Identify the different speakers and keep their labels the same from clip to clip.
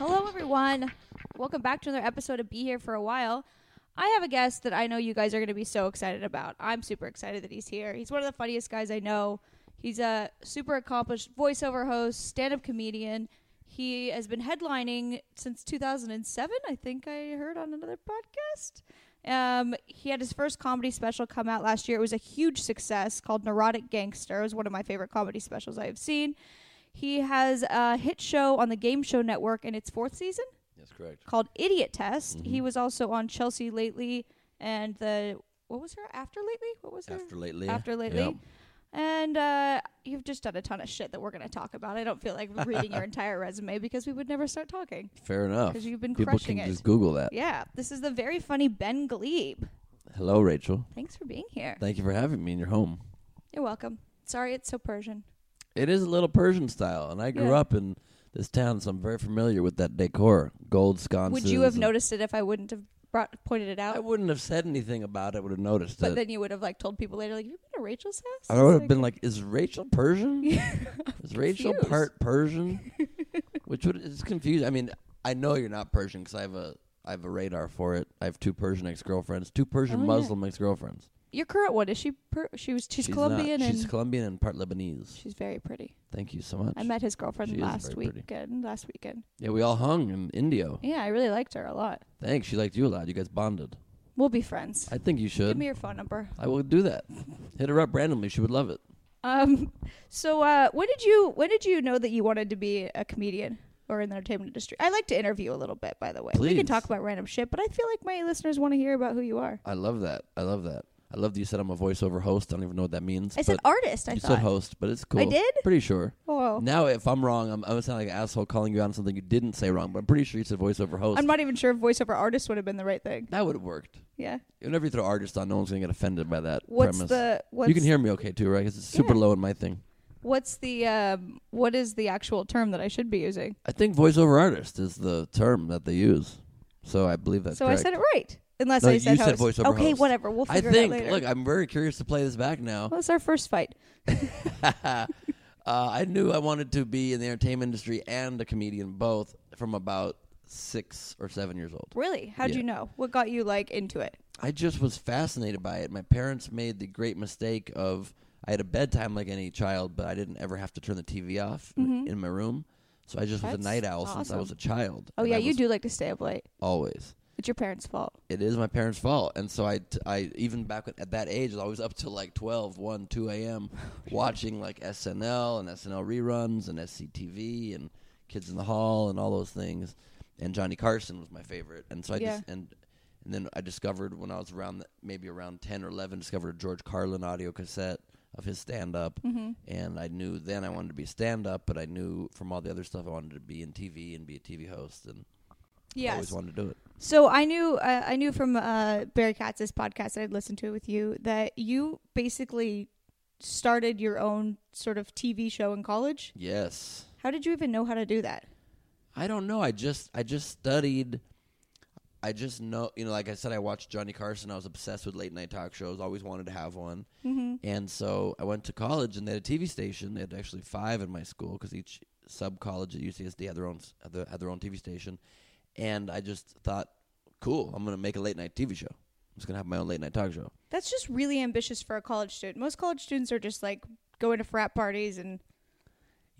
Speaker 1: everyone. Welcome back to another episode of Be Here for a While. I have a guest that I know you guys are going to be so excited about. I'm super excited that he's here. He's one of the funniest guys I know. He's a super accomplished voiceover host, stand up comedian. He has been headlining since 2007, I think I heard on another podcast. Um, he had his first comedy special come out last year. It was a huge success called Neurotic Gangster. It was one of my favorite comedy specials I have seen. He has a hit show on the Game Show Network in its fourth season
Speaker 2: That's correct.
Speaker 1: called Idiot Test. He
Speaker 2: Mm-hmm.
Speaker 1: was also on Chelsea Lately and the what was her after lately? What was her
Speaker 2: After lately.
Speaker 1: after lately?
Speaker 2: Yep.
Speaker 1: And uh, you've just done a ton of shit that we're going to talk about. I don't feel like reading your entire resume because we would never start talking.
Speaker 2: Fair enough.
Speaker 1: 'Cause you've been
Speaker 2: People
Speaker 1: crushing
Speaker 2: can
Speaker 1: it.
Speaker 2: just Google that.
Speaker 1: Yeah, this is the very funny Ben Glebe.
Speaker 2: Hello, Rachel.
Speaker 1: Thanks for being here.
Speaker 2: Thank you for having me in your home.
Speaker 1: You're welcome. Sorry, it's so Persian.
Speaker 2: It is a little Persian style, and I grew
Speaker 1: Yeah.
Speaker 2: up in this town, so I'm very familiar with that decor. Gold sconces.
Speaker 1: Would you have
Speaker 2: and-
Speaker 1: noticed it if I wouldn't have brought pointed it
Speaker 2: I
Speaker 1: out?
Speaker 2: wouldn't have said anything about it. Would have noticed
Speaker 1: But
Speaker 2: it.
Speaker 1: then you would have like told people later, like, "You've been to Rachel's house."
Speaker 2: I
Speaker 1: It's
Speaker 2: would have
Speaker 1: like-
Speaker 2: been like, "Is Rachel Persian? is Rachel
Speaker 1: confused.
Speaker 2: part Persian?" Which would it's confusing. I mean, I know you're not Persian because I have a I have a radar for it. I have two Persian ex girlfriends, two Persian
Speaker 1: Oh, yeah.
Speaker 2: Muslim ex girlfriends.
Speaker 1: Your current one is she? Per- she was. She's,
Speaker 2: not.
Speaker 1: Colombian and
Speaker 2: she's Colombian and part Lebanese.
Speaker 1: she's very pretty.
Speaker 2: Thank you so much.
Speaker 1: I met his girlfriend
Speaker 2: She is
Speaker 1: last
Speaker 2: very pretty.
Speaker 1: weekend. Last weekend.
Speaker 2: Yeah, we all hung in Indio.
Speaker 1: Yeah, I really liked her a lot.
Speaker 2: Thanks. She liked you a lot. You guys bonded.
Speaker 1: We'll be friends.
Speaker 2: I think you
Speaker 1: Give
Speaker 2: should.
Speaker 1: me your phone number.
Speaker 2: I will do that. Hit her up randomly. She would love it.
Speaker 1: Um. So, uh, when did you when did you know that you wanted to be a comedian or in the entertainment industry? I like to interview a little bit, by the way. We can
Speaker 2: Please.
Speaker 1: talk about random shit, but I feel like my listeners want to hear about who you are.
Speaker 2: I love that. I love that. I love that you said I'm a voiceover host. I don't even know what that means.
Speaker 1: I said
Speaker 2: but
Speaker 1: artist. I
Speaker 2: you
Speaker 1: thought.
Speaker 2: said host, but it's cool.
Speaker 1: I did.
Speaker 2: Pretty sure.
Speaker 1: Oh.
Speaker 2: Now, if I'm wrong, I'm, I'm gonna sound like an asshole calling you out on something you didn't say wrong. But I'm pretty sure you said voiceover host.
Speaker 1: I'm not even sure if voiceover artist would have been the right thing.
Speaker 2: that would have worked.
Speaker 1: Yeah.
Speaker 2: Whenever you throw artist on, no one's gonna get offended by that
Speaker 1: What's
Speaker 2: premise.
Speaker 1: the what's
Speaker 2: you can hear me okay too, right? 'Cause it's super
Speaker 1: Yeah.
Speaker 2: low in my thing.
Speaker 1: what's the um what is the actual term that I should be using?
Speaker 2: I think voiceover artist is the term that they use. So I believe that's
Speaker 1: so
Speaker 2: correct.
Speaker 1: I said it right. Unless
Speaker 2: No,
Speaker 1: I said
Speaker 2: you
Speaker 1: host.
Speaker 2: said voiceover
Speaker 1: okay,
Speaker 2: host.
Speaker 1: whatever. We'll
Speaker 2: I
Speaker 1: figure
Speaker 2: think.
Speaker 1: it out later.
Speaker 2: Look, I'm very curious to play this back now.
Speaker 1: well, it's our first fight.
Speaker 2: uh, I knew I wanted to be in the entertainment industry and a comedian both from about six or seven years old.
Speaker 1: Really? How'd
Speaker 2: Yeah.
Speaker 1: you know? What got you like into it?
Speaker 2: I just was fascinated by it. My parents made the great mistake of I had a bedtime like any child, but I didn't ever have to turn the TV off in in my room. So I just was a
Speaker 1: Mm-hmm. That's
Speaker 2: night owl since I
Speaker 1: awesome.
Speaker 2: was a child.
Speaker 1: Oh
Speaker 2: and
Speaker 1: yeah,
Speaker 2: I
Speaker 1: you
Speaker 2: was
Speaker 1: do like to stay up late.
Speaker 2: always.
Speaker 1: It's your parents' fault.
Speaker 2: it is my parents' fault. And so I, t- I even back at that age, I was always up till like 12, 1, 2 a.m. watching like SNL and SNL reruns and SCTV and Kids in the Hall and all those things. And Johnny Carson was my favorite. And so I
Speaker 1: Yeah.
Speaker 2: just, and, and then I discovered when I was around, the, maybe around 10 or 11, discovered a George Carlin audio cassette of his stand up. And I knew then I wanted to be stand up, but I knew from all the other stuff I wanted to be in TV and be a TV host. And I always wanted to do it.
Speaker 1: So I knew uh, I knew from uh, Barry Katz's podcast that I'd listened to with you that you basically started your own sort of TV show in college.
Speaker 2: Yes.
Speaker 1: How did you even know how to do that?
Speaker 2: I don't know. I just I just studied. I just know, you know, like I said, I watched Johnny Carson. I was obsessed with late night talk shows. Always wanted to have one,
Speaker 1: Mm-hmm.
Speaker 2: and so I went to college, and they had a TV station. They had actually five in my school because each sub college at UCSD had their own s- had their, had their own TV station, and I just thought, cool, I'm gonna make a late night TV show. I'm just gonna have my own late night talk show.
Speaker 1: That's just really ambitious for a college student. Most college students are just like going to frat parties and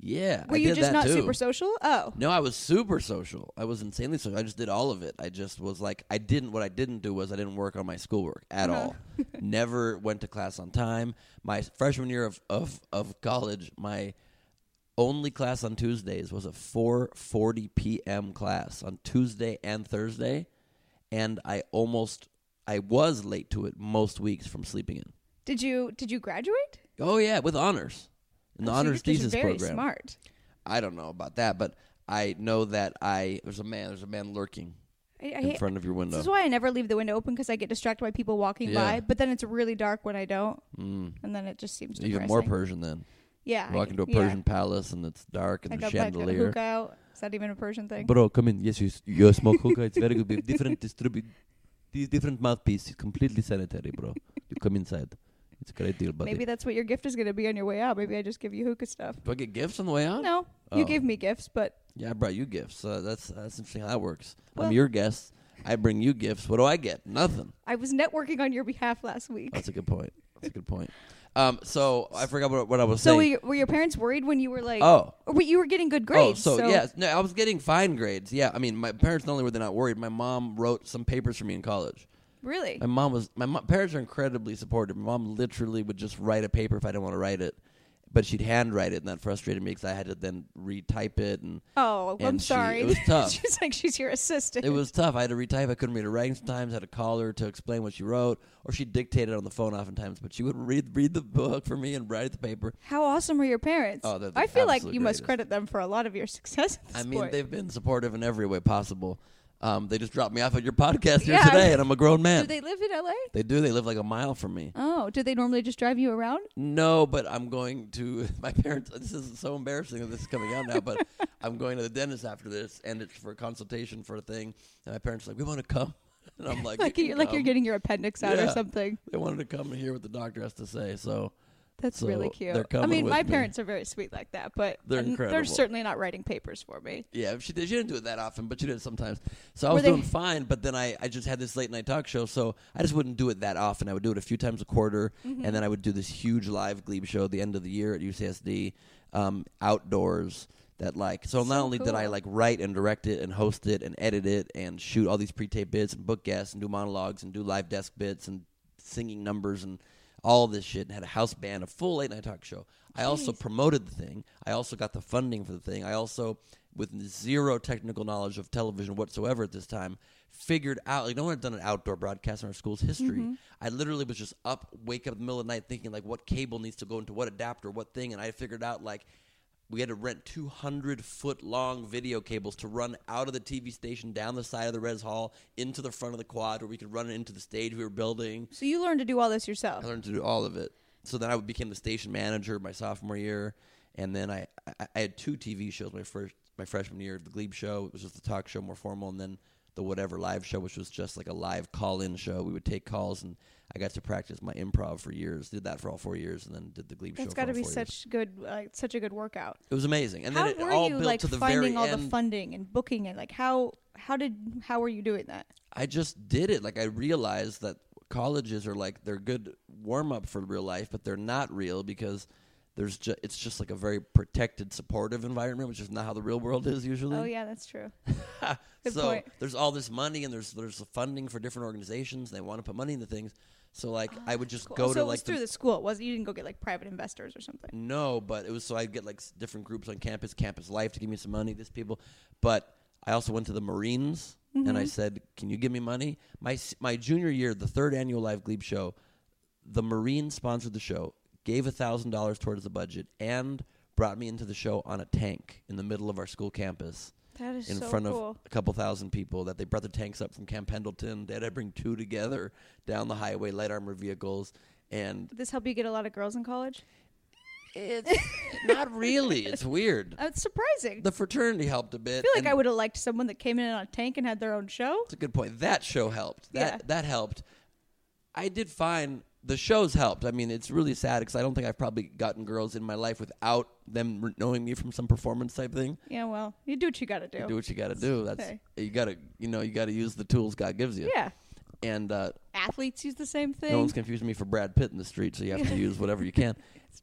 Speaker 2: Yeah,
Speaker 1: were
Speaker 2: I
Speaker 1: you
Speaker 2: did
Speaker 1: just
Speaker 2: that
Speaker 1: not
Speaker 2: too.
Speaker 1: super social? Oh,
Speaker 2: No, I was super social. I was insanely social. I just did all of it. I just was like, I didn't. What I didn't do was I didn't work on my schoolwork at all. Never went to class on time. My freshman year of, of of college, my only class on Tuesdays was a 4:40 p.m. class on Tuesday and Thursday, and I almost I was late to it most weeks from sleeping in.
Speaker 1: did you did you graduate?
Speaker 2: Oh yeah, with honors in the
Speaker 1: So you're
Speaker 2: honors
Speaker 1: just
Speaker 2: thesis
Speaker 1: very
Speaker 2: program.
Speaker 1: Smart.
Speaker 2: I don't know about that, but I know that I there's a man there's a man lurking
Speaker 1: I, I
Speaker 2: in
Speaker 1: hate,
Speaker 2: front of your
Speaker 1: this
Speaker 2: window.
Speaker 1: is why I never leave the window open because I get distracted by people walking
Speaker 2: Yeah.
Speaker 1: by. But then it's really dark when I don't,
Speaker 2: Mm.
Speaker 1: and then it just seems
Speaker 2: Even
Speaker 1: depressing.
Speaker 2: more Persian then.
Speaker 1: Yeah, I
Speaker 2: Walk
Speaker 1: get-
Speaker 2: into a
Speaker 1: yeah.
Speaker 2: Persian palace and it's dark and
Speaker 1: I
Speaker 2: the
Speaker 1: got back a
Speaker 2: chandelier.
Speaker 1: hookah out. Is that even a Persian thing?
Speaker 2: Bro, come in. Yes, you, s- you smoke hookah. It's very good. We have different distribute these different mouthpiece. It's completely sanitary, bro. You come inside. It's a good idea, buddy.
Speaker 1: Maybe that's what your gift is going to be on your way out. Maybe I just give you hookah stuff.
Speaker 2: Do I get gifts on the way out?
Speaker 1: No, you
Speaker 2: Oh.
Speaker 1: gave me gifts, but
Speaker 2: Yeah, I brought you gifts. Uh, that's that's interesting how that works.
Speaker 1: Well-
Speaker 2: I'm your guest. I bring you gifts. What do I get? Nothing.
Speaker 1: I was networking on your behalf last week.
Speaker 2: That's a good point. That's a good point. Um, so I forgot what, what I was
Speaker 1: So were,
Speaker 2: saying.
Speaker 1: your- were your parents worried when you were like,
Speaker 2: oh,
Speaker 1: or were- you were getting good grades?
Speaker 2: Oh, so, yes, no, I was getting fine grades. Yeah, I mean, my parents not only were they not worried, my mom wrote some papers for me in college.
Speaker 1: really,
Speaker 2: My mom was my mo- parents are incredibly supportive. My mom literally would just write a paper if I didn't want to write it, but she'd handwrite it, and that frustrated me because I had to then retype it, and
Speaker 1: oh, I'm
Speaker 2: and she-
Speaker 1: sorry.
Speaker 2: it was tough.
Speaker 1: she's like, she's your assistant.
Speaker 2: it was tough. I had to retype. I couldn't read her writing sometimes. I had to call her to explain what she wrote, or she dictated on the phone oftentimes. But she would read read the book for me and write the paper.
Speaker 1: How awesome were your parents?
Speaker 2: Oh, they're the
Speaker 1: I feel like you
Speaker 2: absolute
Speaker 1: must
Speaker 2: greatest.
Speaker 1: credit them for a lot of your success. At this
Speaker 2: I mean,
Speaker 1: point.
Speaker 2: they've been supportive in every way possible. Um, they just dropped me off at your podcast here
Speaker 1: Yeah.
Speaker 2: today, and I'm a grown
Speaker 1: do
Speaker 2: man.
Speaker 1: they live in LA?
Speaker 2: They do. They live like a mile from me.
Speaker 1: Oh, do they normally just drive you around?
Speaker 2: No, but I'm going to my parents. This is so embarrassing that this is coming out now, but I'm going to the dentist after this, and it's for a consultation for a thing. And my parents are like, we want to come, and I'm like,
Speaker 1: Like
Speaker 2: "You
Speaker 1: you
Speaker 2: can
Speaker 1: like you're
Speaker 2: come."
Speaker 1: getting your appendix out or
Speaker 2: um, Yeah.
Speaker 1: something.
Speaker 2: They wanted to come and hear what the doctor has to say. So
Speaker 1: That's
Speaker 2: So
Speaker 1: really
Speaker 2: they're
Speaker 1: cute. I
Speaker 2: coming
Speaker 1: mean,
Speaker 2: with
Speaker 1: my
Speaker 2: me.
Speaker 1: parents are very sweet like that, but
Speaker 2: They're
Speaker 1: n- they're
Speaker 2: incredible.
Speaker 1: certainly not writing papers for me.
Speaker 2: yeah, she did. She didn't do it that often, but she did sometimes. So I
Speaker 1: Were
Speaker 2: was
Speaker 1: they-
Speaker 2: doing fine, but then I, I just had this late night talk show, so I just wouldn't do it that often. I would do it a few times a quarter,
Speaker 1: Mm-hmm.
Speaker 2: and then I would do this huge live Glebe show at the end of the year at UCSD um, outdoors. That like so, not
Speaker 1: So
Speaker 2: only did I
Speaker 1: cool.
Speaker 2: like write and direct it and host it and edit it and shoot all these pre-tape bits and book guests and do monologues and do live desk bits and singing numbers and all this shit and had a house band, a full late night talk show. I also
Speaker 1: Jeez.
Speaker 2: promoted the thing. I also got the funding for the thing. I also, with zero technical knowledge of television whatsoever at this time, figured out like no one had done an outdoor broadcast in our school's history.
Speaker 1: Mm-hmm.
Speaker 2: I literally was just up, wake up in the middle of the night thinking like what cable needs to go into what adapter, what thing, and I figured out like we had to rent 200 foot long video cables to run out of the TV station down the side of the res hall into the front of the quad where we could run it into the stage we were building.
Speaker 1: So you learned to do all this yourself.
Speaker 2: I learned to do all of it. So then I became the station manager my sophomore year, and then I, I, I had two TV shows my first my freshman year. The Glebe show, it was just the talk show, more formal, and then the Whatever Live show, which was just like a live call in show. We would take calls, and I got to practice my improv for years. Did that for all four years, and then did the Glebe show.
Speaker 1: That's
Speaker 2: got to
Speaker 1: be such good, like such a good workout.
Speaker 2: It was amazing, and
Speaker 1: how
Speaker 2: then it
Speaker 1: were
Speaker 2: all
Speaker 1: you
Speaker 2: built
Speaker 1: like
Speaker 2: to the very
Speaker 1: finding all
Speaker 2: end.
Speaker 1: the funding and booking it? Like how how did how were you doing that?
Speaker 2: I just did it. Like I realized that colleges are like they're good warm up for real life, but they're not real because there's just it's just like a very protected, supportive environment, which is not how the real world is usually.
Speaker 1: Oh yeah, that's true. good
Speaker 2: so
Speaker 1: point.
Speaker 2: there's all this money and there's there's funding for different organizations. They want to put money into things. So like I would just
Speaker 1: Ah, Cool.
Speaker 2: go
Speaker 1: so
Speaker 2: to
Speaker 1: it
Speaker 2: like
Speaker 1: was
Speaker 2: the-
Speaker 1: through the school. Was it? you didn't go get like private investors or something?
Speaker 2: no, but it was so I'd get like s- different groups on campus, campus life to give me some money, this people. But I also went to the Marines and
Speaker 1: Mm-hmm.
Speaker 2: I said, "Can you give me money?" My s- my junior year, the third annual Live Glebe show, the Marines sponsored the show, gave thousand dollars towards the budget, and brought me into the show on a tank in the middle of our school campus
Speaker 1: That is
Speaker 2: in
Speaker 1: so
Speaker 2: front
Speaker 1: cool.
Speaker 2: of a couple thousand people that they brought the tanks up from Camp Pendleton. They had to bring two together down the highway, light armor vehicles, and
Speaker 1: Did this help you get a lot of girls in college?
Speaker 2: it's not really. It's weird.
Speaker 1: That's Uh, surprising.
Speaker 2: The fraternity helped a bit.
Speaker 1: I feel like
Speaker 2: and
Speaker 1: I would have liked someone that came in on a tank and had their own show.
Speaker 2: That's a good point. That show helped. That
Speaker 1: Yeah.
Speaker 2: that helped. I did find the shows helped. I mean, it's really sad because I don't think I've probably gotten girls in my life without them re- knowing me from some performance type thing.
Speaker 1: Yeah, well, you do what you got to do.
Speaker 2: Do what you got to do. That's
Speaker 1: Oh, Okay.
Speaker 2: you got to you know you got to use the tools God gives you.
Speaker 1: Yeah,
Speaker 2: And uh,
Speaker 1: athletes use the same thing.
Speaker 2: no one's confusing me for Brad Pitt in the street, so you have to use whatever you can.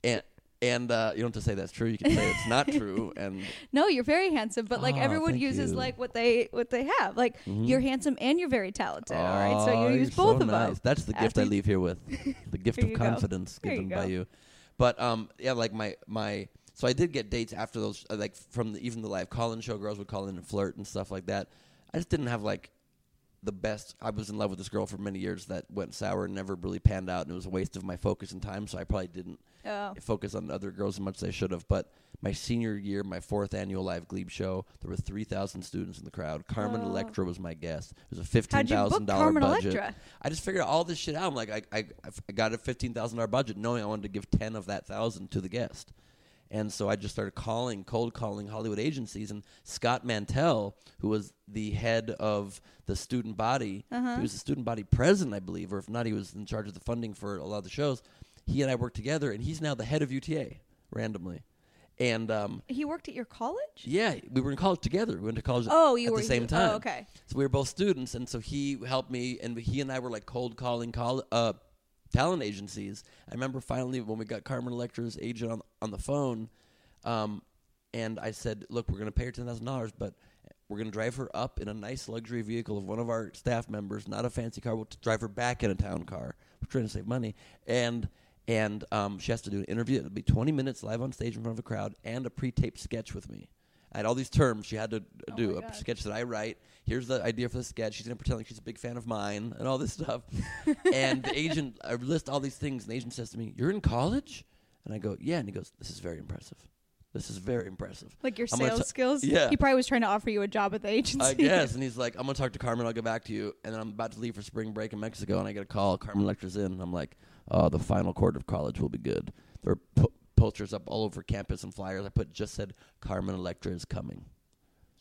Speaker 2: And and uh, you don't have to say that's true. You can say it's not true. And
Speaker 1: No, you're very handsome, but like
Speaker 2: Ah,
Speaker 1: everyone
Speaker 2: thank
Speaker 1: uses
Speaker 2: you.
Speaker 1: like what they what they have. Like you're handsome and you're very talented. all right,
Speaker 2: Aw,
Speaker 1: so you
Speaker 2: Ah, you're
Speaker 1: use both
Speaker 2: so
Speaker 1: of
Speaker 2: nice.
Speaker 1: us.
Speaker 2: That's the gift I
Speaker 1: Athlete-
Speaker 2: leave here with, the gift
Speaker 1: There
Speaker 2: of
Speaker 1: you go.
Speaker 2: confidence
Speaker 1: There you
Speaker 2: given by
Speaker 1: go.
Speaker 2: you. But um, yeah, like my my. So I did get dates after those, uh, like from the, even the live call-in show. Girls would call in and flirt and stuff like that. I just didn't have like the best. I was in love with this girl for many years that went sour and never really panned out, and it was a waste of my focus and time. So I probably didn't
Speaker 1: Oh,
Speaker 2: focus on other girls as much as I should have. But my senior year, my fourth annual live Glebe show, there were three thousand students in the crowd. Carmen
Speaker 1: Oh.
Speaker 2: Electra was my guest. It was a
Speaker 1: how'd
Speaker 2: fifteen
Speaker 1: you book
Speaker 2: thousand dollar
Speaker 1: Carmen
Speaker 2: budget.
Speaker 1: Electra?
Speaker 2: I just figured all this shit out. I'm like, I, I, I got a fifteen thousand dollar budget, knowing I wanted to give ten of that thousand to the guest, and so I just started calling, cold calling Hollywood agencies, and Scott Mantell, who was the head of the student
Speaker 1: Uh-huh.
Speaker 2: body, he was the student body president, I believe, or if not, he was in charge of the funding for a lot of the shows. He and I worked together, and he's now the head of UTA randomly. And um,
Speaker 1: He worked at your college?
Speaker 2: yeah, we were in college together. We went to college
Speaker 1: Oh, you
Speaker 2: at
Speaker 1: were
Speaker 2: the same
Speaker 1: you-
Speaker 2: time.
Speaker 1: Oh, okay.
Speaker 2: So we were both students, and so he helped me, and he and I were like cold calling call, uh, talent agencies. I remember finally when we got Carmen Electra's agent on on the phone, um, and I said, "Look, we're going to pay her ten thousand dollars, but we're going to drive her up in a nice luxury vehicle of one of our staff members, not a fancy car. We'll t- drive her back in a town car. We're trying to save money, and." And um, she has to do an interview. It'll be 20 minutes live on stage in front of a crowd and a pre-taped sketch with me. I had all these terms she had to uh,
Speaker 1: Oh
Speaker 2: do
Speaker 1: my
Speaker 2: a
Speaker 1: God.
Speaker 2: sketch that I write. Here's the idea for the sketch. She's gonna pretend like she's a big fan of mine and all this stuff. and the agent, I list all these things, and the agent says to me, "You're in college?" And I go, "Yeah." And he goes, "This is very impressive. This is very impressive."
Speaker 1: Like your
Speaker 2: I'm gonna
Speaker 1: sales
Speaker 2: t-
Speaker 1: skills?
Speaker 2: yeah.
Speaker 1: He probably was trying to offer you a job at the agency.
Speaker 2: I guess. And he's like, "I'm gonna talk to Carmen. I'll get back to you." And then I'm about to leave for spring break in Mexico, and I get a call. Carmen lectures in. And I'm like, "Oh, the final quarter of college will be good." There are po- posters up all over campus and flyers. I put just said, "Carmen Electra is coming."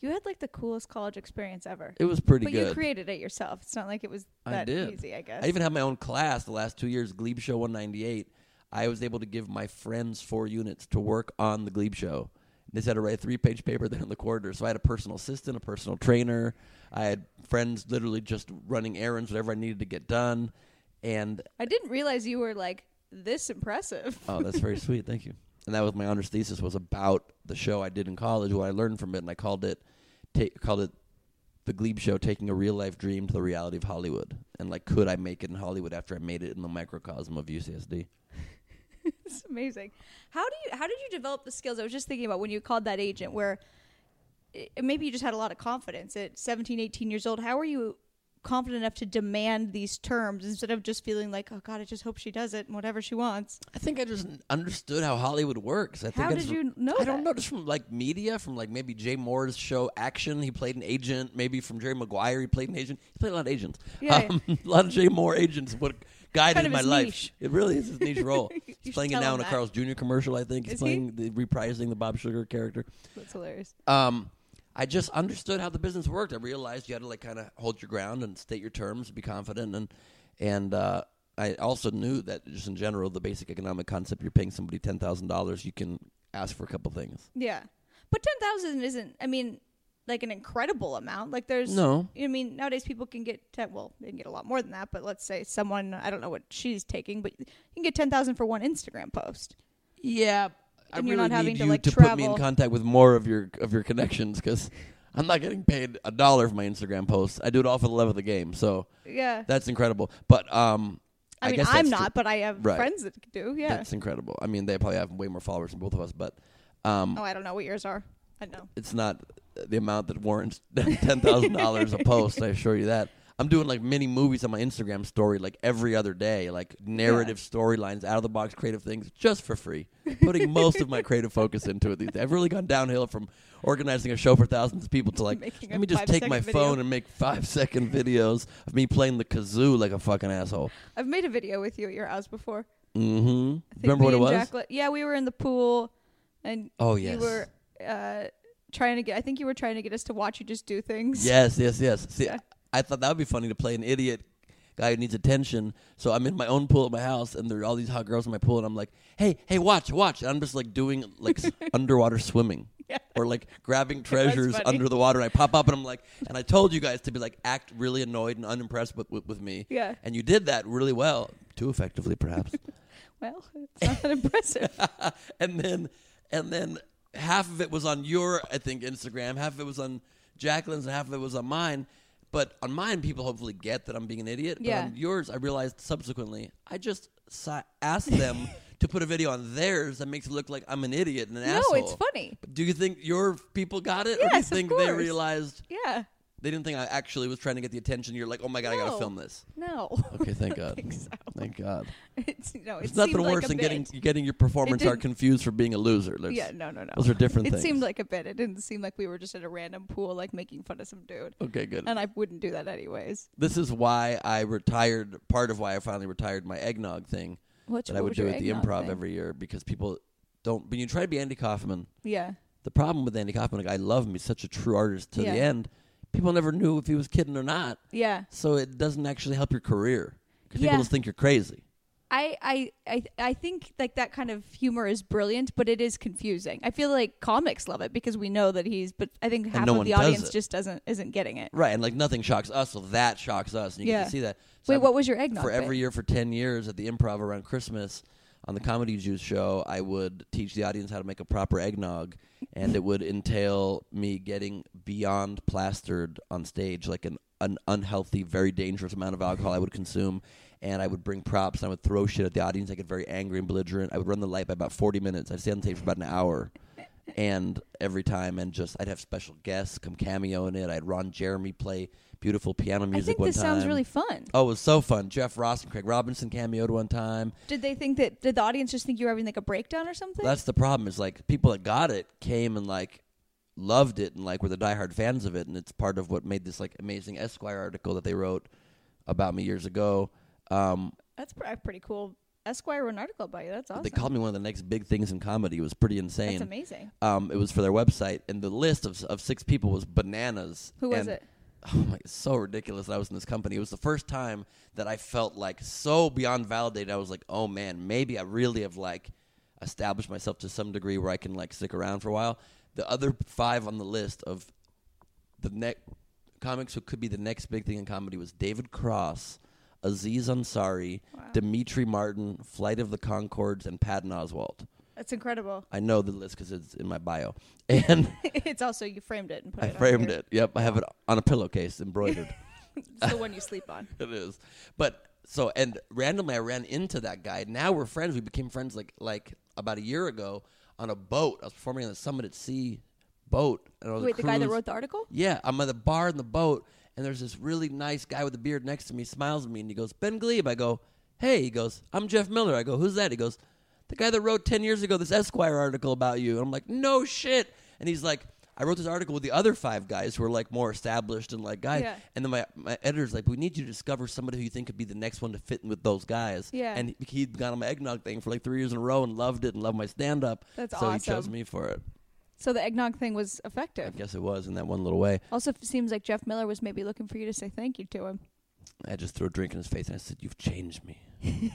Speaker 1: You had like the coolest college experience ever.
Speaker 2: It was pretty
Speaker 1: But
Speaker 2: good.
Speaker 1: you created it yourself. It's not like it was
Speaker 2: I
Speaker 1: that
Speaker 2: did.
Speaker 1: easy, I guess.
Speaker 2: I even had my own class the last two years, Glebe Show 198. I was able to give my friends four units to work on the Glebe Show. They said to write a three page paper there in the quarter. So I had a personal assistant, a personal trainer. I had friends literally just running errands, whatever I needed to get done. And
Speaker 1: I didn't realize you were like this impressive.
Speaker 2: oh, that's very sweet. Thank you. And that was my honors thesis was about the show I did in college, what I learned from it, and I called it ta- called it the Glebe Show, taking a real life dream to the reality of Hollywood, and like could I make it in Hollywood after I made it in the microcosm of UCSD?
Speaker 1: It's amazing. How do you how did you develop the skills? I was just thinking about when you called that agent where it, maybe you just had a lot of confidence at 17, 18 years old. How were you confident enough to demand these terms instead of just feeling like, "Oh god, I just hope she does it and whatever she wants."
Speaker 2: I think I just understood how Hollywood works. I think
Speaker 1: How
Speaker 2: I
Speaker 1: did
Speaker 2: just,
Speaker 1: you know
Speaker 2: I don't
Speaker 1: that?
Speaker 2: know, just from like media, from like maybe Jay Moore's show Action. He played an agent. Maybe from Jerry Maguire, he played an agent. He played a lot of agents.
Speaker 1: Yeah.
Speaker 2: Um, a lot of Jay Moore agents. What guided
Speaker 1: Kind of
Speaker 2: my
Speaker 1: his
Speaker 2: life?
Speaker 1: niche.
Speaker 2: It really is his niche role.
Speaker 1: You
Speaker 2: He's
Speaker 1: should
Speaker 2: playing it
Speaker 1: tell
Speaker 2: now in
Speaker 1: him
Speaker 2: a
Speaker 1: that.
Speaker 2: Carl's Jr. commercial. I think he's
Speaker 1: Is he?
Speaker 2: playing the reprising the Bob Sugar character.
Speaker 1: That's hilarious.
Speaker 2: Um, I just understood how the business worked. I realized you had to like kind of hold your ground and state your terms, be confident, and and uh, I also knew that just in general, the basic economic concept: you're paying somebody ten thousand dollars, you can ask for a couple things.
Speaker 1: Yeah. But 10,000 isn't I mean like an incredible amount. Like there's
Speaker 2: No,
Speaker 1: I mean, nowadays people can get ten. Well, they can get a lot more than that. But let's say someone I don't know what she's taking, but you can get ten thousand for one Instagram post.
Speaker 2: yeah, I
Speaker 1: And
Speaker 2: really
Speaker 1: you're not having
Speaker 2: need
Speaker 1: to,
Speaker 2: you
Speaker 1: like,
Speaker 2: to put me in
Speaker 1: travel.
Speaker 2: contact with more of your of your connections because I'm not getting paid a dollar for my Instagram posts. I do it all for the love of the game, so
Speaker 1: Yeah,
Speaker 2: that's incredible. But um,
Speaker 1: I, mean,
Speaker 2: guess
Speaker 1: I'm
Speaker 2: that's tr-
Speaker 1: not, but I have
Speaker 2: Right.
Speaker 1: friends that do. Yeah.
Speaker 2: That's incredible. I mean, they probably have way more followers than both of us, but um,
Speaker 1: oh, I don't know what yours are. I don't know.
Speaker 2: it's not the amount that warrants ten thousand dollars a post. I assure you that. I'm doing like mini movies on my Instagram story, like every other day, like narrative storylines, out of the box creative things, just for free. Putting most of my creative focus into it these days. I've really gone downhill from organizing a show for thousands of people to like,
Speaker 1: Making a
Speaker 2: let me just take
Speaker 1: five-second
Speaker 2: my
Speaker 1: video.
Speaker 2: phone and make five second videos of me playing the kazoo like a fucking asshole.
Speaker 1: I've made a video with you at your house before.
Speaker 2: Mm-hmm.
Speaker 1: I think
Speaker 2: Remember
Speaker 1: me
Speaker 2: what it
Speaker 1: and
Speaker 2: was?
Speaker 1: Jack le- yeah, we were in the pool, and
Speaker 2: oh yes.
Speaker 1: you were uh, trying to get. I think you were trying to get us to watch you just do things.
Speaker 2: Yes, yes, yes. See,
Speaker 1: Yeah.
Speaker 2: I thought that would be funny to play an idiot guy who needs attention. So I'm in my own pool at my house, and there are all these hot girls in my pool, and I'm like, "Hey, hey, watch, watch!" And I'm just like doing like s- underwater swimming.
Speaker 1: Yeah.
Speaker 2: Or like grabbing treasures
Speaker 1: funny.
Speaker 2: under the water, and I pop up, and I'm like, and I told you guys to be like act really annoyed and unimpressed with with, with me,
Speaker 1: Yeah.
Speaker 2: and you did that really well, too effectively perhaps.
Speaker 1: Well, it's not that impressive.
Speaker 2: and then and then half of it was on your I think Instagram, half of it was on Jacqueline's, and half of it was on mine. But on mine, people hopefully get that I'm being an idiot.
Speaker 1: Yeah.
Speaker 2: But on yours, I realized subsequently, I just si- asked them to put a video on theirs that makes it look like I'm an idiot and an
Speaker 1: no,
Speaker 2: asshole.
Speaker 1: it's funny.
Speaker 2: Do you think your people got it, or do you
Speaker 1: Yes, of
Speaker 2: think they
Speaker 1: course.
Speaker 2: realized
Speaker 1: Yeah.
Speaker 2: they didn't think I actually was trying to get the attention? You're like, oh my god, I gotta
Speaker 1: No.
Speaker 2: film this.
Speaker 1: No.
Speaker 2: Okay, thank
Speaker 1: I don't
Speaker 2: Oh, God.
Speaker 1: think so.
Speaker 2: Thank God.
Speaker 1: It's no. It
Speaker 2: There's nothing
Speaker 1: seemed like
Speaker 2: worse
Speaker 1: a
Speaker 2: than getting
Speaker 1: bit.
Speaker 2: getting your performance art
Speaker 1: didn't-
Speaker 2: confused for being a loser. There's-
Speaker 1: Yeah, no, no, no.
Speaker 2: Those are different
Speaker 1: it
Speaker 2: things.
Speaker 1: seemed like a bit. It didn't seem like we were just at a random pool, like making fun of some dude.
Speaker 2: Okay, good.
Speaker 1: And I wouldn't do that anyways.
Speaker 2: this is why I retired. Part of why I finally retired my eggnog thing
Speaker 1: What's
Speaker 2: that I would do at the improv every year because people don't. When you try to be Andy Kaufman,
Speaker 1: Yeah,
Speaker 2: the problem with Andy Kaufman, like I love him. He's such a true artist to
Speaker 1: Yeah.
Speaker 2: the end. People never knew if he was kidding or not,
Speaker 1: yeah.
Speaker 2: so it doesn't actually help your career because
Speaker 1: Yeah.
Speaker 2: people just think you're crazy.
Speaker 1: I, I I I think like that kind of humor is brilliant, but it is confusing. I feel like comics love it because we know that he's, but I think half
Speaker 2: no
Speaker 1: of
Speaker 2: one
Speaker 1: the
Speaker 2: does
Speaker 1: audience
Speaker 2: it.
Speaker 1: just doesn't isn't getting it.
Speaker 2: Right, and like nothing shocks us, so that shocks us, and you
Speaker 1: Yeah.
Speaker 2: get to see that. So
Speaker 1: Wait,
Speaker 2: I've-
Speaker 1: what was your eggnog?
Speaker 2: for
Speaker 1: bit?
Speaker 2: every year for 10 years at the improv around christmas on the comedy juice show i would teach the audience how to make a proper eggnog and it would entail me getting beyond plastered on stage like an, an unhealthy very dangerous amount of alcohol i would consume and i would bring props and i would throw shit at the audience i get very angry and belligerent i would run the light by about 40 minutes i'd stay on stage for about an hour and every time and just i'd have special guests come cameo in it i'd ron jeremy play beautiful piano
Speaker 1: I
Speaker 2: music
Speaker 1: think
Speaker 2: one
Speaker 1: this sounds
Speaker 2: time.
Speaker 1: really fun.
Speaker 2: Oh, it was so fun. Jeff Ross and Craig Robinson cameoed one time.
Speaker 1: Did they think that? Did the audience just think you were having like a breakdown or something?
Speaker 2: That's the problem. Is like people that got it came and like loved it and like were the diehard fans of it, and it's part of what made this like amazing Esquire article that they wrote about me years ago. Um,
Speaker 1: That's pr- a pretty cool. Esquire wrote an article about you. That's awesome.
Speaker 2: They called me one of the next big things in comedy. It was pretty insane.
Speaker 1: That's amazing.
Speaker 2: Um, it was for their website, and the list of of six people was bananas.
Speaker 1: Who was
Speaker 2: And-
Speaker 1: it?
Speaker 2: Oh my, it's so ridiculous that I was in this company. It was the first time that I felt like so beyond validated. I was like, oh man, maybe I really have like established myself to some degree where I can like stick around for a while. The other five on the list of the next comics who could be the next big thing in comedy was David Cross, Aziz Ansari, Dimitri Martin, Flight of the Concords, and Patton Oswalt.
Speaker 1: That's incredible.
Speaker 2: I know the list because it's in my bio. And
Speaker 1: it's also you framed it and put
Speaker 2: I
Speaker 1: it. on
Speaker 2: framed
Speaker 1: here.
Speaker 2: it. Yep, I have it on a pillowcase embroidered.
Speaker 1: It's the one you sleep on.
Speaker 2: it is. But so and randomly I ran into that guy. Now we're friends. We became friends like like about a year ago on a boat. I was performing on the Summit at Sea boat. And I was a
Speaker 1: Wait, the guy that
Speaker 2: cruise-
Speaker 1: wrote the article?
Speaker 2: Yeah, I'm at the bar in the boat, and there's this really nice guy with a beard next to me. Smiles at me, and he goes, "Ben Glebe." I go, "Hey." He goes, "I'm Jeff Miller." I go, "Who's that?" He goes, "The guy that wrote ten years ago this Esquire article about you." And I'm like, "No shit." And he's like, "I wrote this article with the other five guys who are like more established and like guys."
Speaker 1: Yeah.
Speaker 2: And then my my editor's like, "We need you to discover somebody who you think could be the next one to fit in with those guys."
Speaker 1: Yeah.
Speaker 2: And he- he'd gone on my eggnog thing for like three years in a row and loved it and loved my stand up.
Speaker 1: That's
Speaker 2: so he chose
Speaker 1: awesome.
Speaker 2: me for it.
Speaker 1: So the eggnog thing was
Speaker 2: I
Speaker 1: effective.
Speaker 2: guess it was in that one little way.
Speaker 1: Also, it seems like Jeff Miller was maybe looking for you to say thank you to him,
Speaker 2: I just threw a drink in his face and I said, "You've changed me."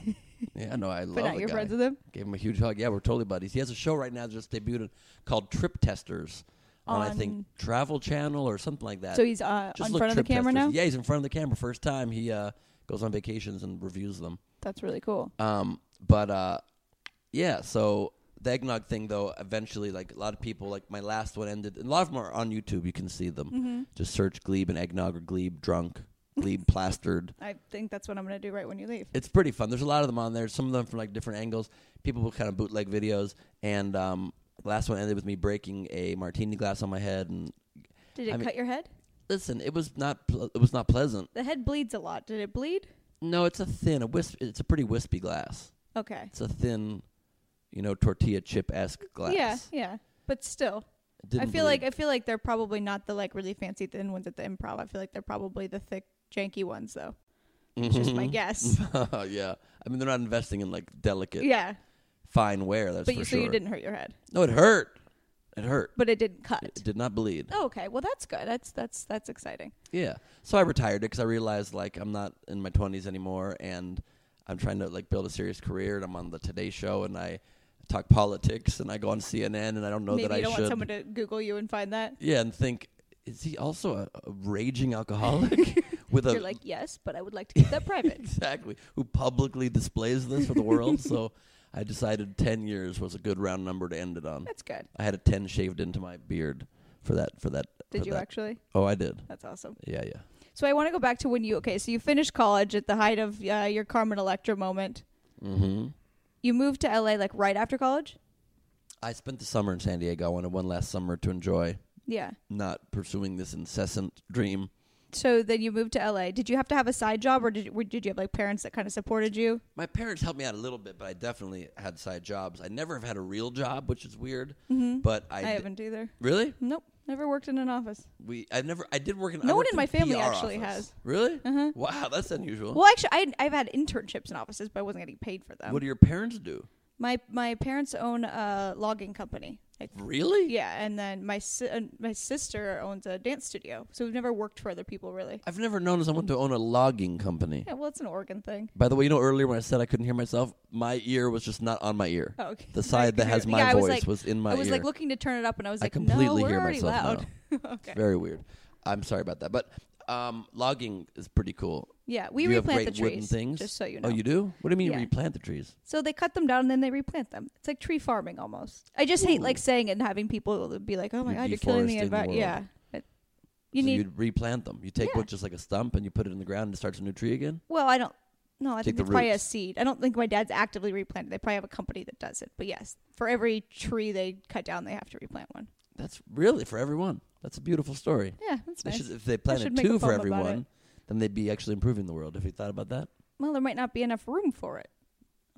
Speaker 2: yeah, no, I love
Speaker 1: but not
Speaker 2: the
Speaker 1: you're
Speaker 2: guy.
Speaker 1: friends with him.
Speaker 2: Gave him a huge hug. Yeah, we're totally buddies. He has a show right now that just debuted called Trip Testers on, I
Speaker 1: On-
Speaker 2: think Travel Channel or something like that.
Speaker 1: So he's uh,
Speaker 2: just
Speaker 1: in
Speaker 2: look
Speaker 1: front of the
Speaker 2: Trip
Speaker 1: camera now.
Speaker 2: Testers. Yeah, he's in front of the camera first time. He uh, goes on vacations and reviews them.
Speaker 1: That's really cool.
Speaker 2: Um, but uh, yeah, so the eggnog thing though, eventually, like a lot of people, like my last one ended. And a lot of them are on YouTube. You can see them.
Speaker 1: Mm-hmm.
Speaker 2: Just search Glebe and eggnog or Glebe drunk, Glebe plastered.
Speaker 1: I think that's what I'm gonna do right when you leave.
Speaker 2: it's pretty fun. There's a lot of them on there. Some of them from like different angles. People will kind of bootleg videos. And um, last one ended with me breaking a martini glass on my head. And
Speaker 1: Did it
Speaker 2: I mean-
Speaker 1: cut your head?
Speaker 2: listen, it was not ple- it was not pleasant.
Speaker 1: The head bleeds a lot. Did it bleed?
Speaker 2: No, it's a thin, a wisp. It's a pretty wispy glass.
Speaker 1: Okay.
Speaker 2: It's a thin, you know, tortilla chip esque glass.
Speaker 1: Yeah, yeah. But still,
Speaker 2: It didn't
Speaker 1: I feel
Speaker 2: bleed.
Speaker 1: like I feel like they're probably not the like really fancy thin ones at the improv. I feel like they're probably the thick, janky ones though. It's just my
Speaker 2: Mhm.
Speaker 1: guess.
Speaker 2: yeah, I mean they're not investing in like delicate
Speaker 1: yeah,
Speaker 2: fine wear. That's
Speaker 1: but
Speaker 2: for
Speaker 1: you,
Speaker 2: sure.
Speaker 1: so you didn't hurt your head,
Speaker 2: No, it hurt. It hurt.
Speaker 1: but it didn't cut.
Speaker 2: It did not bleed.
Speaker 1: Oh, okay, well that's good. That's that's that's exciting.
Speaker 2: Yeah. So I retired it because I realized like I'm not in my 20s anymore, and I'm trying to like build a serious career, and I'm on the Today Show, and I talk politics, and I go on CNN, and I don't know
Speaker 1: Maybe
Speaker 2: that I
Speaker 1: you don't
Speaker 2: should.
Speaker 1: want someone to Google you and find that.
Speaker 2: yeah, and think is he also a, a raging alcoholic with a
Speaker 1: You're like, yes, but I would like to keep that private.
Speaker 2: exactly who publicly displays this for the world? so I decided 10 years was a good round number to end it on.
Speaker 1: That's good.
Speaker 2: I had a 10 shaved into my beard for that for that.
Speaker 1: Did
Speaker 2: for
Speaker 1: you
Speaker 2: that.
Speaker 1: actually?
Speaker 2: Oh, I did.
Speaker 1: That's awesome.
Speaker 2: Yeah, yeah.
Speaker 1: So I want to go back to when you okay. So you finished college at the height of uh, your Carmen Electra moment.
Speaker 2: Mm-hmm.
Speaker 1: You moved to LA like right after college.
Speaker 2: I spent the summer in San Diego. I wanted one last summer to enjoy,
Speaker 1: Yeah.
Speaker 2: not pursuing this incessant dream.
Speaker 1: So then you moved to LA. Did you have to have a side job, or did you, were- did you have like parents that kind of supported you?
Speaker 2: My parents helped me out a little bit, but I definitely had side jobs. I never have had a real job, which is weird. But I,
Speaker 1: Mm-hmm. I,
Speaker 2: di-
Speaker 1: haven't either.
Speaker 2: really
Speaker 1: Nope, never worked in an office.
Speaker 2: we I never I did work in I
Speaker 1: No one
Speaker 2: worked
Speaker 1: in my family
Speaker 2: PR
Speaker 1: actually
Speaker 2: office.
Speaker 1: has. Uh-huh.
Speaker 2: really wow that's unusual. Um,
Speaker 1: Well, actually, I, I've had internships in offices, but I wasn't getting paid for them.
Speaker 2: What do your parents do?
Speaker 1: My my parents own a logging company. Like,
Speaker 2: Really?
Speaker 1: yeah, and then my si- uh, my sister owns a dance studio. So we've never worked for other people really.
Speaker 2: I've never known someone to own a logging company.
Speaker 1: Yeah, well, it's an Oregon thing.
Speaker 2: By the way, you know earlier when I said I couldn't hear myself, my ear was just not on my ear.
Speaker 1: Oh, okay.
Speaker 2: The side that has my
Speaker 1: Yeah, I was
Speaker 2: voice
Speaker 1: like-
Speaker 2: was in my
Speaker 1: I was
Speaker 2: ear.
Speaker 1: like looking to turn it up, and I was
Speaker 2: I
Speaker 1: like, no,
Speaker 2: completely
Speaker 1: we're
Speaker 2: hear
Speaker 1: already
Speaker 2: myself
Speaker 1: loud. okay.
Speaker 2: It's very weird. I'm sorry about that, but um, logging is pretty cool.
Speaker 1: Yeah, we
Speaker 2: you have
Speaker 1: replant
Speaker 2: great
Speaker 1: the
Speaker 2: wooden
Speaker 1: trees.
Speaker 2: things.
Speaker 1: Just so you know.
Speaker 2: Oh, you do? What do you mean
Speaker 1: Yeah.
Speaker 2: replant the trees?
Speaker 1: so they cut them down and then they replant them. It's like tree farming almost. I just hate like saying it and having people be like, "Oh my
Speaker 2: You're
Speaker 1: god, you're killing the
Speaker 2: deforesting the
Speaker 1: environment."
Speaker 2: world.
Speaker 1: yeah. It- you
Speaker 2: so
Speaker 1: need
Speaker 2: you replant them. You take
Speaker 1: Yeah.
Speaker 2: what just like a stump and you put it in the ground and it starts a new tree again.
Speaker 1: Well, I don't. No, I
Speaker 2: Take
Speaker 1: think
Speaker 2: the
Speaker 1: it's probably a
Speaker 2: roots.
Speaker 1: seed. I don't think my dad's actively replanting. They probably have a company that does it. But yes, for every tree they cut down, they have to replant one.
Speaker 2: That's really for everyone. That's a beautiful story.
Speaker 1: Yeah, that's
Speaker 2: They
Speaker 1: nice.
Speaker 2: should, if they planted
Speaker 1: should make a
Speaker 2: two for
Speaker 1: poem about it.
Speaker 2: everyone, then they'd be actually improving the world. Have you thought about that?
Speaker 1: well, there might not be enough room for it.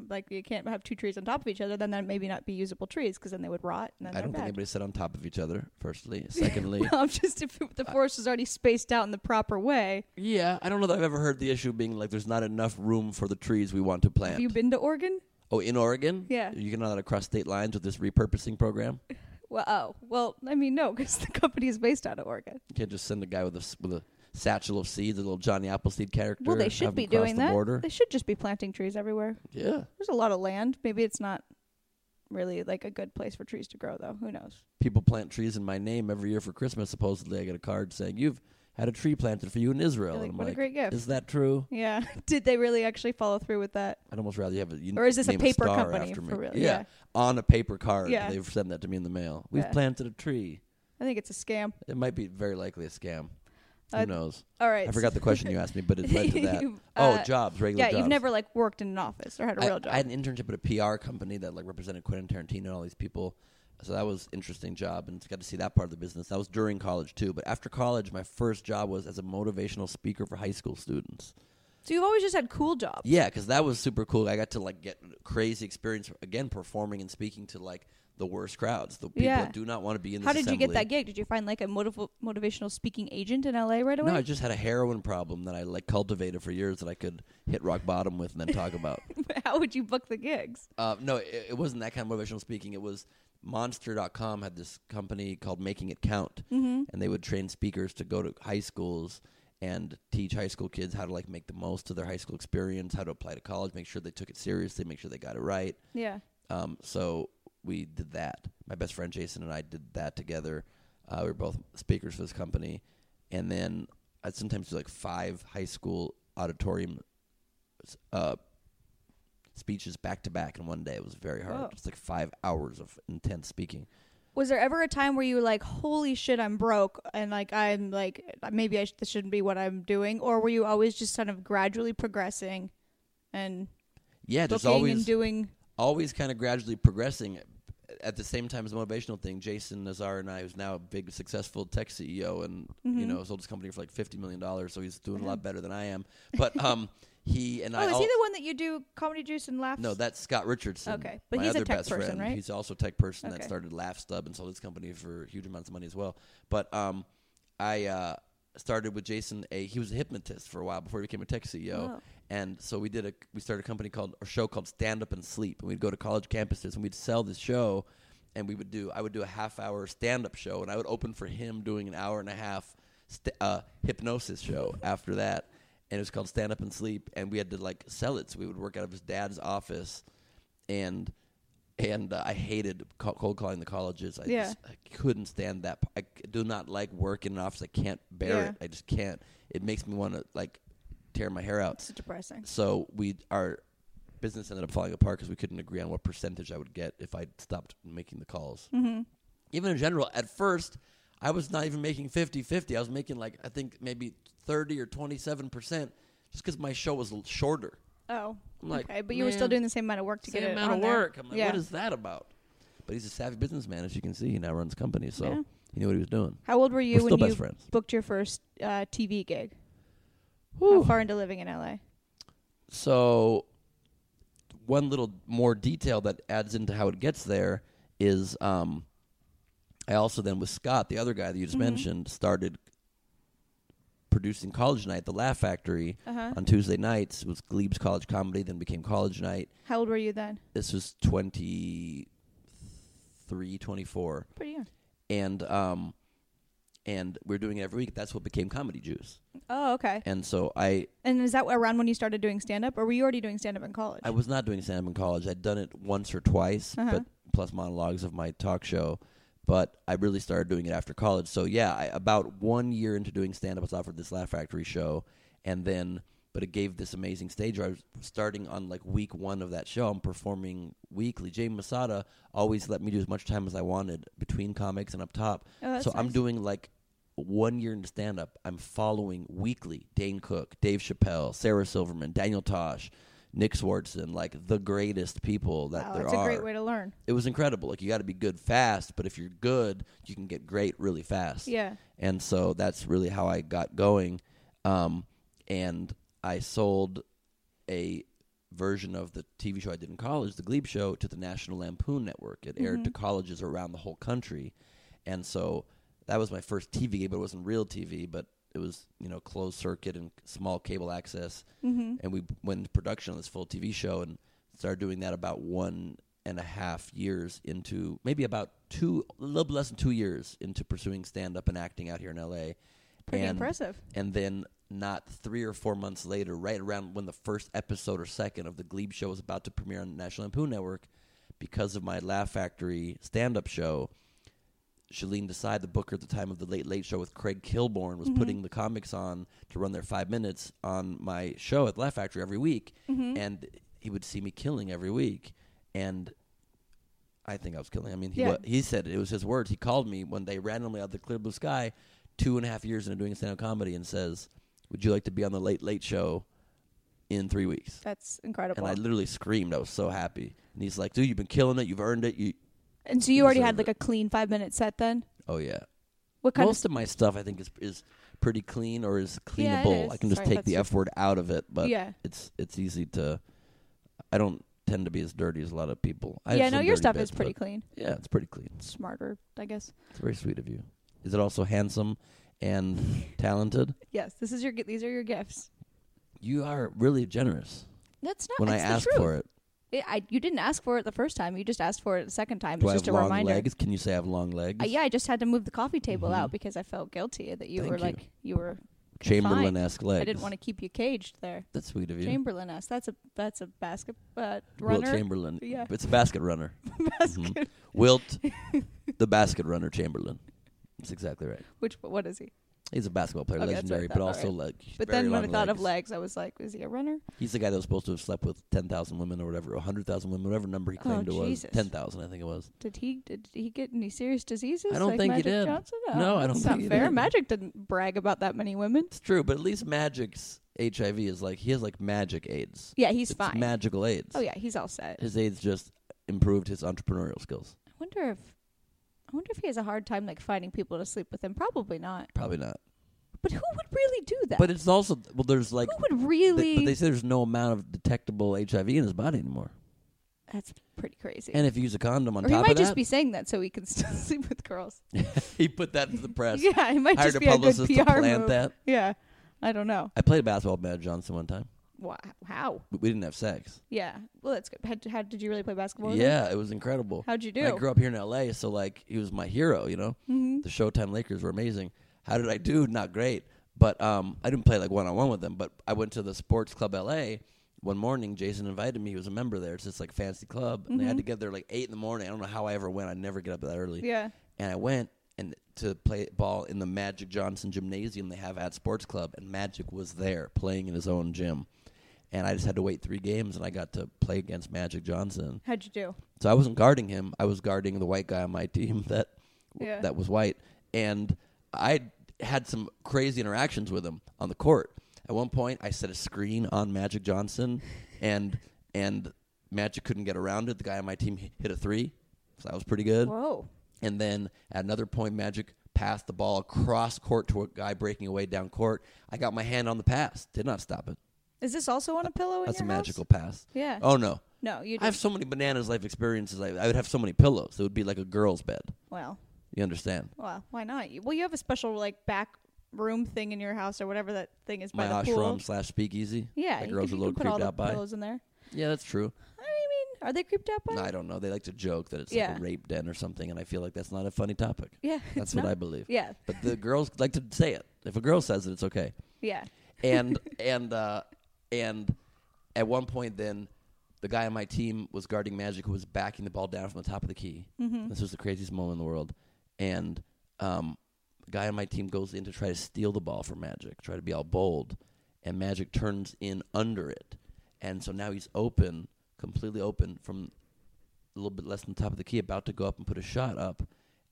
Speaker 1: Like you can't have two trees on top of each other, then that maybe not be usable trees because then they would rot. And then
Speaker 2: I
Speaker 1: they're
Speaker 2: don't think
Speaker 1: bad.
Speaker 2: anybody sit on top of each other. Firstly, secondly,
Speaker 1: well, just if the
Speaker 2: Uh,
Speaker 1: forest is already spaced out in the proper way.
Speaker 2: yeah, I don't know that I've ever heard the issue being like there's not enough room for the trees we want to
Speaker 1: Have
Speaker 2: plant.
Speaker 1: you been to Oregon?
Speaker 2: oh, in Oregon,
Speaker 1: Yeah.
Speaker 2: you can not across state lines with this repurposing program. You
Speaker 1: Well, oh, well, I mean, no, because the company is based out of Oregon.
Speaker 2: can't just send a guy with a s- with a satchel of seeds, a little Johnny Appleseed character.
Speaker 1: Well, they
Speaker 2: and
Speaker 1: should
Speaker 2: have
Speaker 1: be
Speaker 2: him cross
Speaker 1: doing
Speaker 2: the
Speaker 1: that.
Speaker 2: Border.
Speaker 1: They should just be planting trees everywhere.
Speaker 2: Yeah,
Speaker 1: There's a lot of land. Maybe it's not really like a good place for trees to grow, though. Who knows?
Speaker 2: people plant trees in my name every year for Christmas. Supposedly, I get a card saying you've had a tree planted for you in Israel.
Speaker 1: Like,
Speaker 2: and I'm
Speaker 1: what a
Speaker 2: like,
Speaker 1: great gift.
Speaker 2: is that true?
Speaker 1: yeah. Did they really actually follow through with that?
Speaker 2: I'd almost rather you have a you
Speaker 1: Or is this a
Speaker 2: name
Speaker 1: paper
Speaker 2: star
Speaker 1: company
Speaker 2: after me.
Speaker 1: for real?
Speaker 2: Yeah.
Speaker 1: Yeah.
Speaker 2: on a paper card.
Speaker 1: Yeah.
Speaker 2: They've sent that to me in the mail. We've
Speaker 1: Yeah.
Speaker 2: planted a tree.
Speaker 1: I think it's a scam.
Speaker 2: It might be very likely a scam. Who
Speaker 1: Uh,
Speaker 2: knows?
Speaker 1: All right.
Speaker 2: I forgot the question you asked me, but it led to that.
Speaker 1: You've,
Speaker 2: oh,
Speaker 1: uh,
Speaker 2: jobs, regular
Speaker 1: Yeah,
Speaker 2: jobs.
Speaker 1: you've never like worked in an office or had a
Speaker 2: I,
Speaker 1: real job.
Speaker 2: I had an internship at a PR company that like represented Quentin Tarantino and all these people. So that was interesting job and got to see that part of the business. That was during college too, but after college my first job was as a motivational speaker for high school students.
Speaker 1: so you've always just had cool jobs.
Speaker 2: Yeah, because that was super cool. I got to like get crazy experience again performing and speaking to like the worst crowds, the people
Speaker 1: Yeah.
Speaker 2: that do not want to be in. This
Speaker 1: How did you get
Speaker 2: assembly.
Speaker 1: that gig? Did you find like a motiv- motivational speaking agent in LA right away?
Speaker 2: No, I just had a heroin problem that I like cultivated for years that I could hit rock bottom with and then talk about.
Speaker 1: How would you book the gigs?
Speaker 2: Uh, no, it, it wasn't that kind of motivational speaking. It was Monster.com had this company called Making It Count,
Speaker 1: Mm-hmm.
Speaker 2: and they would train speakers to go to high schools and teach high school kids how to like make the most of their high school experience, how to apply to college, make sure they took it seriously, make sure they got it right.
Speaker 1: Yeah.
Speaker 2: Um, so we did that. My best friend Jason and I did that together. Uh, we were both speakers for this company, and then I'd sometimes do like five high school auditorium uh, speeches back to back in one day. It was very hard.
Speaker 1: Whoa.
Speaker 2: It's like five hours of intense speaking.
Speaker 1: Was there ever a time where you were like, "Holy shit, I'm broke," and like I'm like, maybe I sh- this shouldn't be what I'm doing, or were you always just kind of gradually progressing, and
Speaker 2: Yeah, just
Speaker 1: booking
Speaker 2: always
Speaker 1: and doing?
Speaker 2: always kind of gradually progressing at the same time as the motivational thing. Jason Nazar and I, who's now a big successful tech CEO and you
Speaker 1: Mm-hmm.
Speaker 2: know sold his company for like fifty million dollars, so he's doing a lot better than I am. But um, he and
Speaker 1: Oh,
Speaker 2: I.
Speaker 1: is
Speaker 2: al-
Speaker 1: he the one that you do comedy juice and laughs?
Speaker 2: no, that's Scott Richardson.
Speaker 1: Okay, but
Speaker 2: my
Speaker 1: he's a
Speaker 2: other
Speaker 1: tech
Speaker 2: best
Speaker 1: person,
Speaker 2: friend.
Speaker 1: right?
Speaker 2: He's also a tech person that
Speaker 1: Okay.
Speaker 2: started LaughStub and sold his company for huge amounts of money as well. But um, I uh, started with Jason. A he was a hypnotist for a while before he became a tech CEO,
Speaker 1: Wow.
Speaker 2: and so we did a we started a company called a show called Stand Up and Sleep, and we'd go to college campuses and we'd sell this show, and we would do I would do a half hour stand up show, and I would open for him doing an hour and a half st- uh, hypnosis show after that, and it was called Stand Up and Sleep, and we had to like sell it, so we would work out of his dad's office, and and uh, I hated co- cold calling the colleges. I
Speaker 1: Yeah.
Speaker 2: just I couldn't stand that. p- I c- do not like work in an office. I can't bear
Speaker 1: Yeah.
Speaker 2: it. I just can't. It makes me want to like tear my hair out.
Speaker 1: It's depressing.
Speaker 2: So we our business ended up falling apart because we couldn't agree on what percentage I would get if I stopped making the calls. Mm-hmm. Even in general, at first, I was not even making 50-50. I was making like I think maybe thirty or twenty seven percent, just because my show was l- shorter.
Speaker 1: Oh,
Speaker 2: I'm like,
Speaker 1: okay, but you were still
Speaker 2: man,
Speaker 1: doing the same amount of work to
Speaker 2: Same
Speaker 1: get it
Speaker 2: amount
Speaker 1: on
Speaker 2: of
Speaker 1: there.
Speaker 2: work. I'm like,
Speaker 1: yeah.
Speaker 2: what is that about? But he's a savvy businessman, as you can see. He now runs companies, so
Speaker 1: Yeah.
Speaker 2: he knew what he was doing.
Speaker 1: How old were you
Speaker 2: We're still
Speaker 1: when
Speaker 2: best
Speaker 1: you
Speaker 2: friends.
Speaker 1: booked your first uh, TV gig? How
Speaker 2: Whew.
Speaker 1: far into living in LA?
Speaker 2: So, one little more detail that adds into how it gets there is um,
Speaker 1: Mm-hmm.
Speaker 2: I also then with Scott, the other guy that you just mentioned, started producing College Night, the Laugh Factory,
Speaker 1: Uh-huh.
Speaker 2: on Tuesday nights. It was Glebe's College Comedy, then became College Night.
Speaker 1: How old were you then?
Speaker 2: This was 23, 24.
Speaker 1: Pretty young.
Speaker 2: And, um, and we we're doing it every week. That's what became Comedy Juice.
Speaker 1: Oh, okay.
Speaker 2: And so I,
Speaker 1: And is that around when you started doing stand up, or were you already doing stand up in college?
Speaker 2: I was not doing stand up in college. I'd done it once or twice,
Speaker 1: Uh-huh.
Speaker 2: but plus monologues of my talk show. But I really started doing it after college. So yeah, I, about one year into doing stand up, I was offered this Laugh Factory show, and then but it gave this amazing stage where I was starting on like week one of that show. I'm performing weekly. Jay Masada always let me do as much time as I wanted between comics and up top.
Speaker 1: Oh, that's
Speaker 2: so I'm
Speaker 1: nice.
Speaker 2: doing like one year into stand up, I'm following weekly Dane Cook, Dave Chappelle, Sarah Silverman, Daniel Tosh, Nick Swartzen, like the greatest people that
Speaker 1: wow,
Speaker 2: there
Speaker 1: that's a
Speaker 2: are.
Speaker 1: great way to learn.
Speaker 2: it was incredible. Like you got to be good fast, but if you're good, you can get great really fast.
Speaker 1: Yeah.
Speaker 2: And so that's really how I got going. Um, and I sold a version of the TV show I did in college, the Glebe Show, to the National Lampoon Network. It aired to colleges around the whole country. And so that was my first TV gig, but it wasn't real TV, but it was, you know, closed circuit and small cable access.
Speaker 1: Mm-hmm.
Speaker 2: And we went into production on this full TV show and started doing that about one and a half years into maybe about two, a little less than two years into pursuing stand up and acting out here in LA.
Speaker 1: Pretty
Speaker 2: and,
Speaker 1: impressive.
Speaker 2: And then, not three or four months later, right around when the first episode or second of the Glebe show was about to premiere on the National Lampoon Network, because of my Laugh Factory stand up show, Shalene Desai, the booker at the time of the Late Late Show with Craig Kilborn, was putting the comics on to run their five minutes on my show at Laugh Factory every week, and he would see me killing every week, and I think I was killing. I mean, he
Speaker 1: Yeah.
Speaker 2: wa- he said it, it was his words. He called me one day randomly out of the clear blue sky, two and a half years into doing stand-up comedy, and says, "Would you like to be on the Late Late Show in three weeks?"
Speaker 1: That's incredible.
Speaker 2: And I
Speaker 1: And,
Speaker 2: literally screamed. I was so happy. And he's like, "Dude, you've been killing it. You've earned it. You,
Speaker 1: so you already
Speaker 2: deserve
Speaker 1: had like
Speaker 2: it.
Speaker 1: a clean five minute set then.
Speaker 2: oh yeah."
Speaker 1: What kind
Speaker 2: Most of my stuff, I think, is is pretty clean or is
Speaker 1: Yeah, it
Speaker 2: cleanable.
Speaker 1: is.
Speaker 2: I can just
Speaker 1: Sorry,
Speaker 2: take
Speaker 1: that's
Speaker 2: the
Speaker 1: your-
Speaker 2: f word out of it,
Speaker 1: of?
Speaker 2: but
Speaker 1: yeah.
Speaker 2: it's it's easy to. I don't tend to be as dirty as a lot of people. I have
Speaker 1: yeah. No,
Speaker 2: some
Speaker 1: your
Speaker 2: dirty
Speaker 1: stuff
Speaker 2: bits,
Speaker 1: is pretty
Speaker 2: but
Speaker 1: clean.
Speaker 2: Yeah, it's pretty clean.
Speaker 1: Smarter, I guess.
Speaker 2: It's very sweet of you. Is it also handsome and talented?
Speaker 1: Yes. This is your. gi- These are your gifts.
Speaker 2: You are really generous
Speaker 1: That's not.
Speaker 2: when I
Speaker 1: that's the
Speaker 2: ask
Speaker 1: truth.
Speaker 2: for it.
Speaker 1: It- I, you didn't ask for it the first time. You just asked for it the second time.
Speaker 2: Do
Speaker 1: it's
Speaker 2: I have
Speaker 1: just a
Speaker 2: long
Speaker 1: reminder.
Speaker 2: legs? Can you say I have long legs?
Speaker 1: Uh, yeah, I just had to move the coffee table
Speaker 2: Mhm.
Speaker 1: out because I felt guilty that you
Speaker 2: Thank
Speaker 1: were
Speaker 2: you.
Speaker 1: like you were.
Speaker 2: Chamberlain esque legs.
Speaker 1: I didn't want to keep you caged there.
Speaker 2: That's sweet of you.
Speaker 1: Chamberlain esque. That's a that's a basket uh,
Speaker 2: Wilt
Speaker 1: runner.
Speaker 2: Chamberlain.
Speaker 1: Yeah.
Speaker 2: It's a basket runner.
Speaker 1: basket.
Speaker 2: mm-hmm. Wilt, the basket runner Chamberlain. That's exactly right.
Speaker 1: Which what is he?
Speaker 2: He's a basketball player,
Speaker 1: Okay, that's what I
Speaker 2: legendary,
Speaker 1: thought,
Speaker 2: but
Speaker 1: all
Speaker 2: also
Speaker 1: right.
Speaker 2: like.
Speaker 1: But
Speaker 2: very
Speaker 1: then when I
Speaker 2: long
Speaker 1: thought
Speaker 2: legs.
Speaker 1: of legs, I was like, is he a runner?
Speaker 2: he's the guy that was supposed to have slept with ten thousand women or whatever, hundred thousand women, whatever number he
Speaker 1: Oh,
Speaker 2: claimed it was.
Speaker 1: Jesus.
Speaker 2: Ten thousand, I think it was.
Speaker 1: Did he did he get any serious diseases?
Speaker 2: I don't
Speaker 1: like
Speaker 2: think he
Speaker 1: Magic
Speaker 2: did.
Speaker 1: Johnson? Oh,
Speaker 2: No, I don't
Speaker 1: That's
Speaker 2: think
Speaker 1: not
Speaker 2: he
Speaker 1: fair.
Speaker 2: did.
Speaker 1: Magic didn't brag about that many women.
Speaker 2: It's true, but at least Magic's HIV is like he has like magic AIDS.
Speaker 1: Yeah, he's
Speaker 2: it's
Speaker 1: fine.
Speaker 2: Magical AIDS.
Speaker 1: oh yeah, he's all set.
Speaker 2: His AIDS just improved his entrepreneurial skills.
Speaker 1: I wonder if I wonder if he has a hard time like finding people to sleep with him. Probably not.
Speaker 2: Probably not.
Speaker 1: But who would really do that?
Speaker 2: But it's also well, there's like,
Speaker 1: Uh, who would
Speaker 2: they,
Speaker 1: really?
Speaker 2: but they say there's no amount of detectable HIV in his body anymore.
Speaker 1: That's pretty crazy.
Speaker 2: And if you use a condom on
Speaker 1: or he
Speaker 2: top
Speaker 1: might
Speaker 2: of
Speaker 1: just
Speaker 2: that,
Speaker 1: be saying that so he can still sleep with girls.
Speaker 2: he put that into the press.
Speaker 1: Yeah, it might
Speaker 2: hired
Speaker 1: just
Speaker 2: a
Speaker 1: be a good
Speaker 2: publicist to
Speaker 1: PR
Speaker 2: plant
Speaker 1: move.
Speaker 2: that.
Speaker 1: Yeah, I don't know.
Speaker 2: I played basketball with Magic Johnson one time.
Speaker 1: Wow. How?
Speaker 2: We- We didn't have sex.
Speaker 1: Yeah. Well, that's good. How, how did you really play basketball? with him?
Speaker 2: yeah, it was incredible.
Speaker 1: How'd you do?
Speaker 2: And I grew up here in LA, so like he was my hero, you know?
Speaker 1: mm-hmm.
Speaker 2: The Showtime Lakers were amazing. How did I do? Not great. But um, I didn't play like one on one with them, but I went to the Sports Club LA one morning. Jason invited me. He was a member there. It's this like fancy club. And they had to get there like 8 in the morning. I don't know how I ever went. I never get up that early.
Speaker 1: Yeah.
Speaker 2: And I went and to play ball in the Magic Johnson gymnasium they have at Sports Club. And Magic was there playing in his own gym. And I just had to wait three games and I got to play against Magic Johnson.
Speaker 1: How'd you do?
Speaker 2: So I wasn't guarding him. I was guarding the white guy on my team that
Speaker 1: Yeah.
Speaker 2: that was white, and I had some crazy interactions with him on the court. At one point, I set a screen on Magic Johnson, and and Magic couldn't get around it. The guy on my team hi- hit a three, so that was pretty good.
Speaker 1: Whoa.
Speaker 2: And then at another point, Magic passed the ball across court to a guy breaking away down court. I got my hand on the pass, did not stop it.
Speaker 1: Is this also on a pillow? In
Speaker 2: That's a
Speaker 1: your house?
Speaker 2: magical pass.
Speaker 1: Yeah.
Speaker 2: Oh no,
Speaker 1: No, you.
Speaker 2: I have
Speaker 1: Just,
Speaker 2: so many bananas life experiences. I, I would have so many pillows. It would be like a girl's bed.
Speaker 1: well,
Speaker 2: You understand?
Speaker 1: well, why not? You, well, you have a special like back room thing in your house or whatever that thing is
Speaker 2: my
Speaker 1: by the
Speaker 2: ashram
Speaker 1: pool.
Speaker 2: slash speakeasy.
Speaker 1: Yeah,
Speaker 2: that
Speaker 1: you
Speaker 2: girls
Speaker 1: could-
Speaker 2: are a
Speaker 1: you
Speaker 2: little
Speaker 1: could put all
Speaker 2: creeped
Speaker 1: the
Speaker 2: out by.
Speaker 1: pillows in there.
Speaker 2: Yeah, that's true.
Speaker 1: I mean, are they creeped out by?
Speaker 2: I don't know. They like to joke that it's
Speaker 1: Yeah.
Speaker 2: like a rape den or something, and I feel like that's not a funny topic.
Speaker 1: Yeah, it's
Speaker 2: That's what
Speaker 1: not-
Speaker 2: I believe.
Speaker 1: Yeah,
Speaker 2: But the girls like to say it. If a girl says it, it's okay.
Speaker 1: yeah.
Speaker 2: and and uh, and at one point, then the guy on my team was guarding Magic, who was backing the ball down from the top of the key.
Speaker 1: Mm-hmm.
Speaker 2: This was the craziest moment in the world. And um, the guy on my team goes in to try to steal the ball from Magic, try to be all bold, and Magic turns in under it, and so now he's open, completely open from a little bit less than the top of the key, about to go up and put a shot up.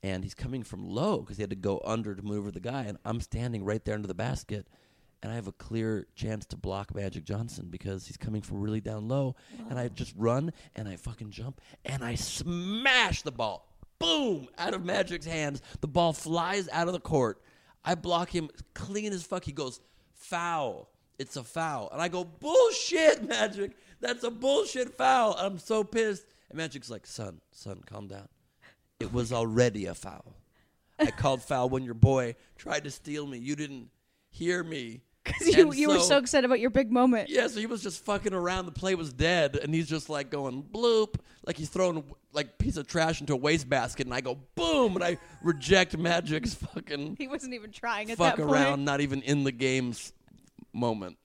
Speaker 2: And he's coming from low because he had to go under to maneuver the guy. And I'm standing right there under the basket. And I have a clear chance to block Magic Johnson because he's coming from really down low. And I just run and I fucking jump and I smash the ball. Boom! Out of Magic's hands. The ball flies out of the court. I block him clean as fuck. He goes, foul. It's a foul. And I go, bullshit, Magic. That's a bullshit foul. I'm so pissed. And Magic's like, son, son, calm down. It was already a foul. I called foul when your boy tried to steal me. You didn't hear me.
Speaker 1: Because you,
Speaker 2: And
Speaker 1: you were so excited about your big moment.
Speaker 2: Yeah, so he was just fucking around. The play was dead, and he's just like going bloop, like he's throwing like piece of trash into a wastebasket, and I go boom, and I reject Magic's fucking
Speaker 1: He wasn't even trying at
Speaker 2: fuck
Speaker 1: that
Speaker 2: around,
Speaker 1: point.
Speaker 2: not even in the game's moment.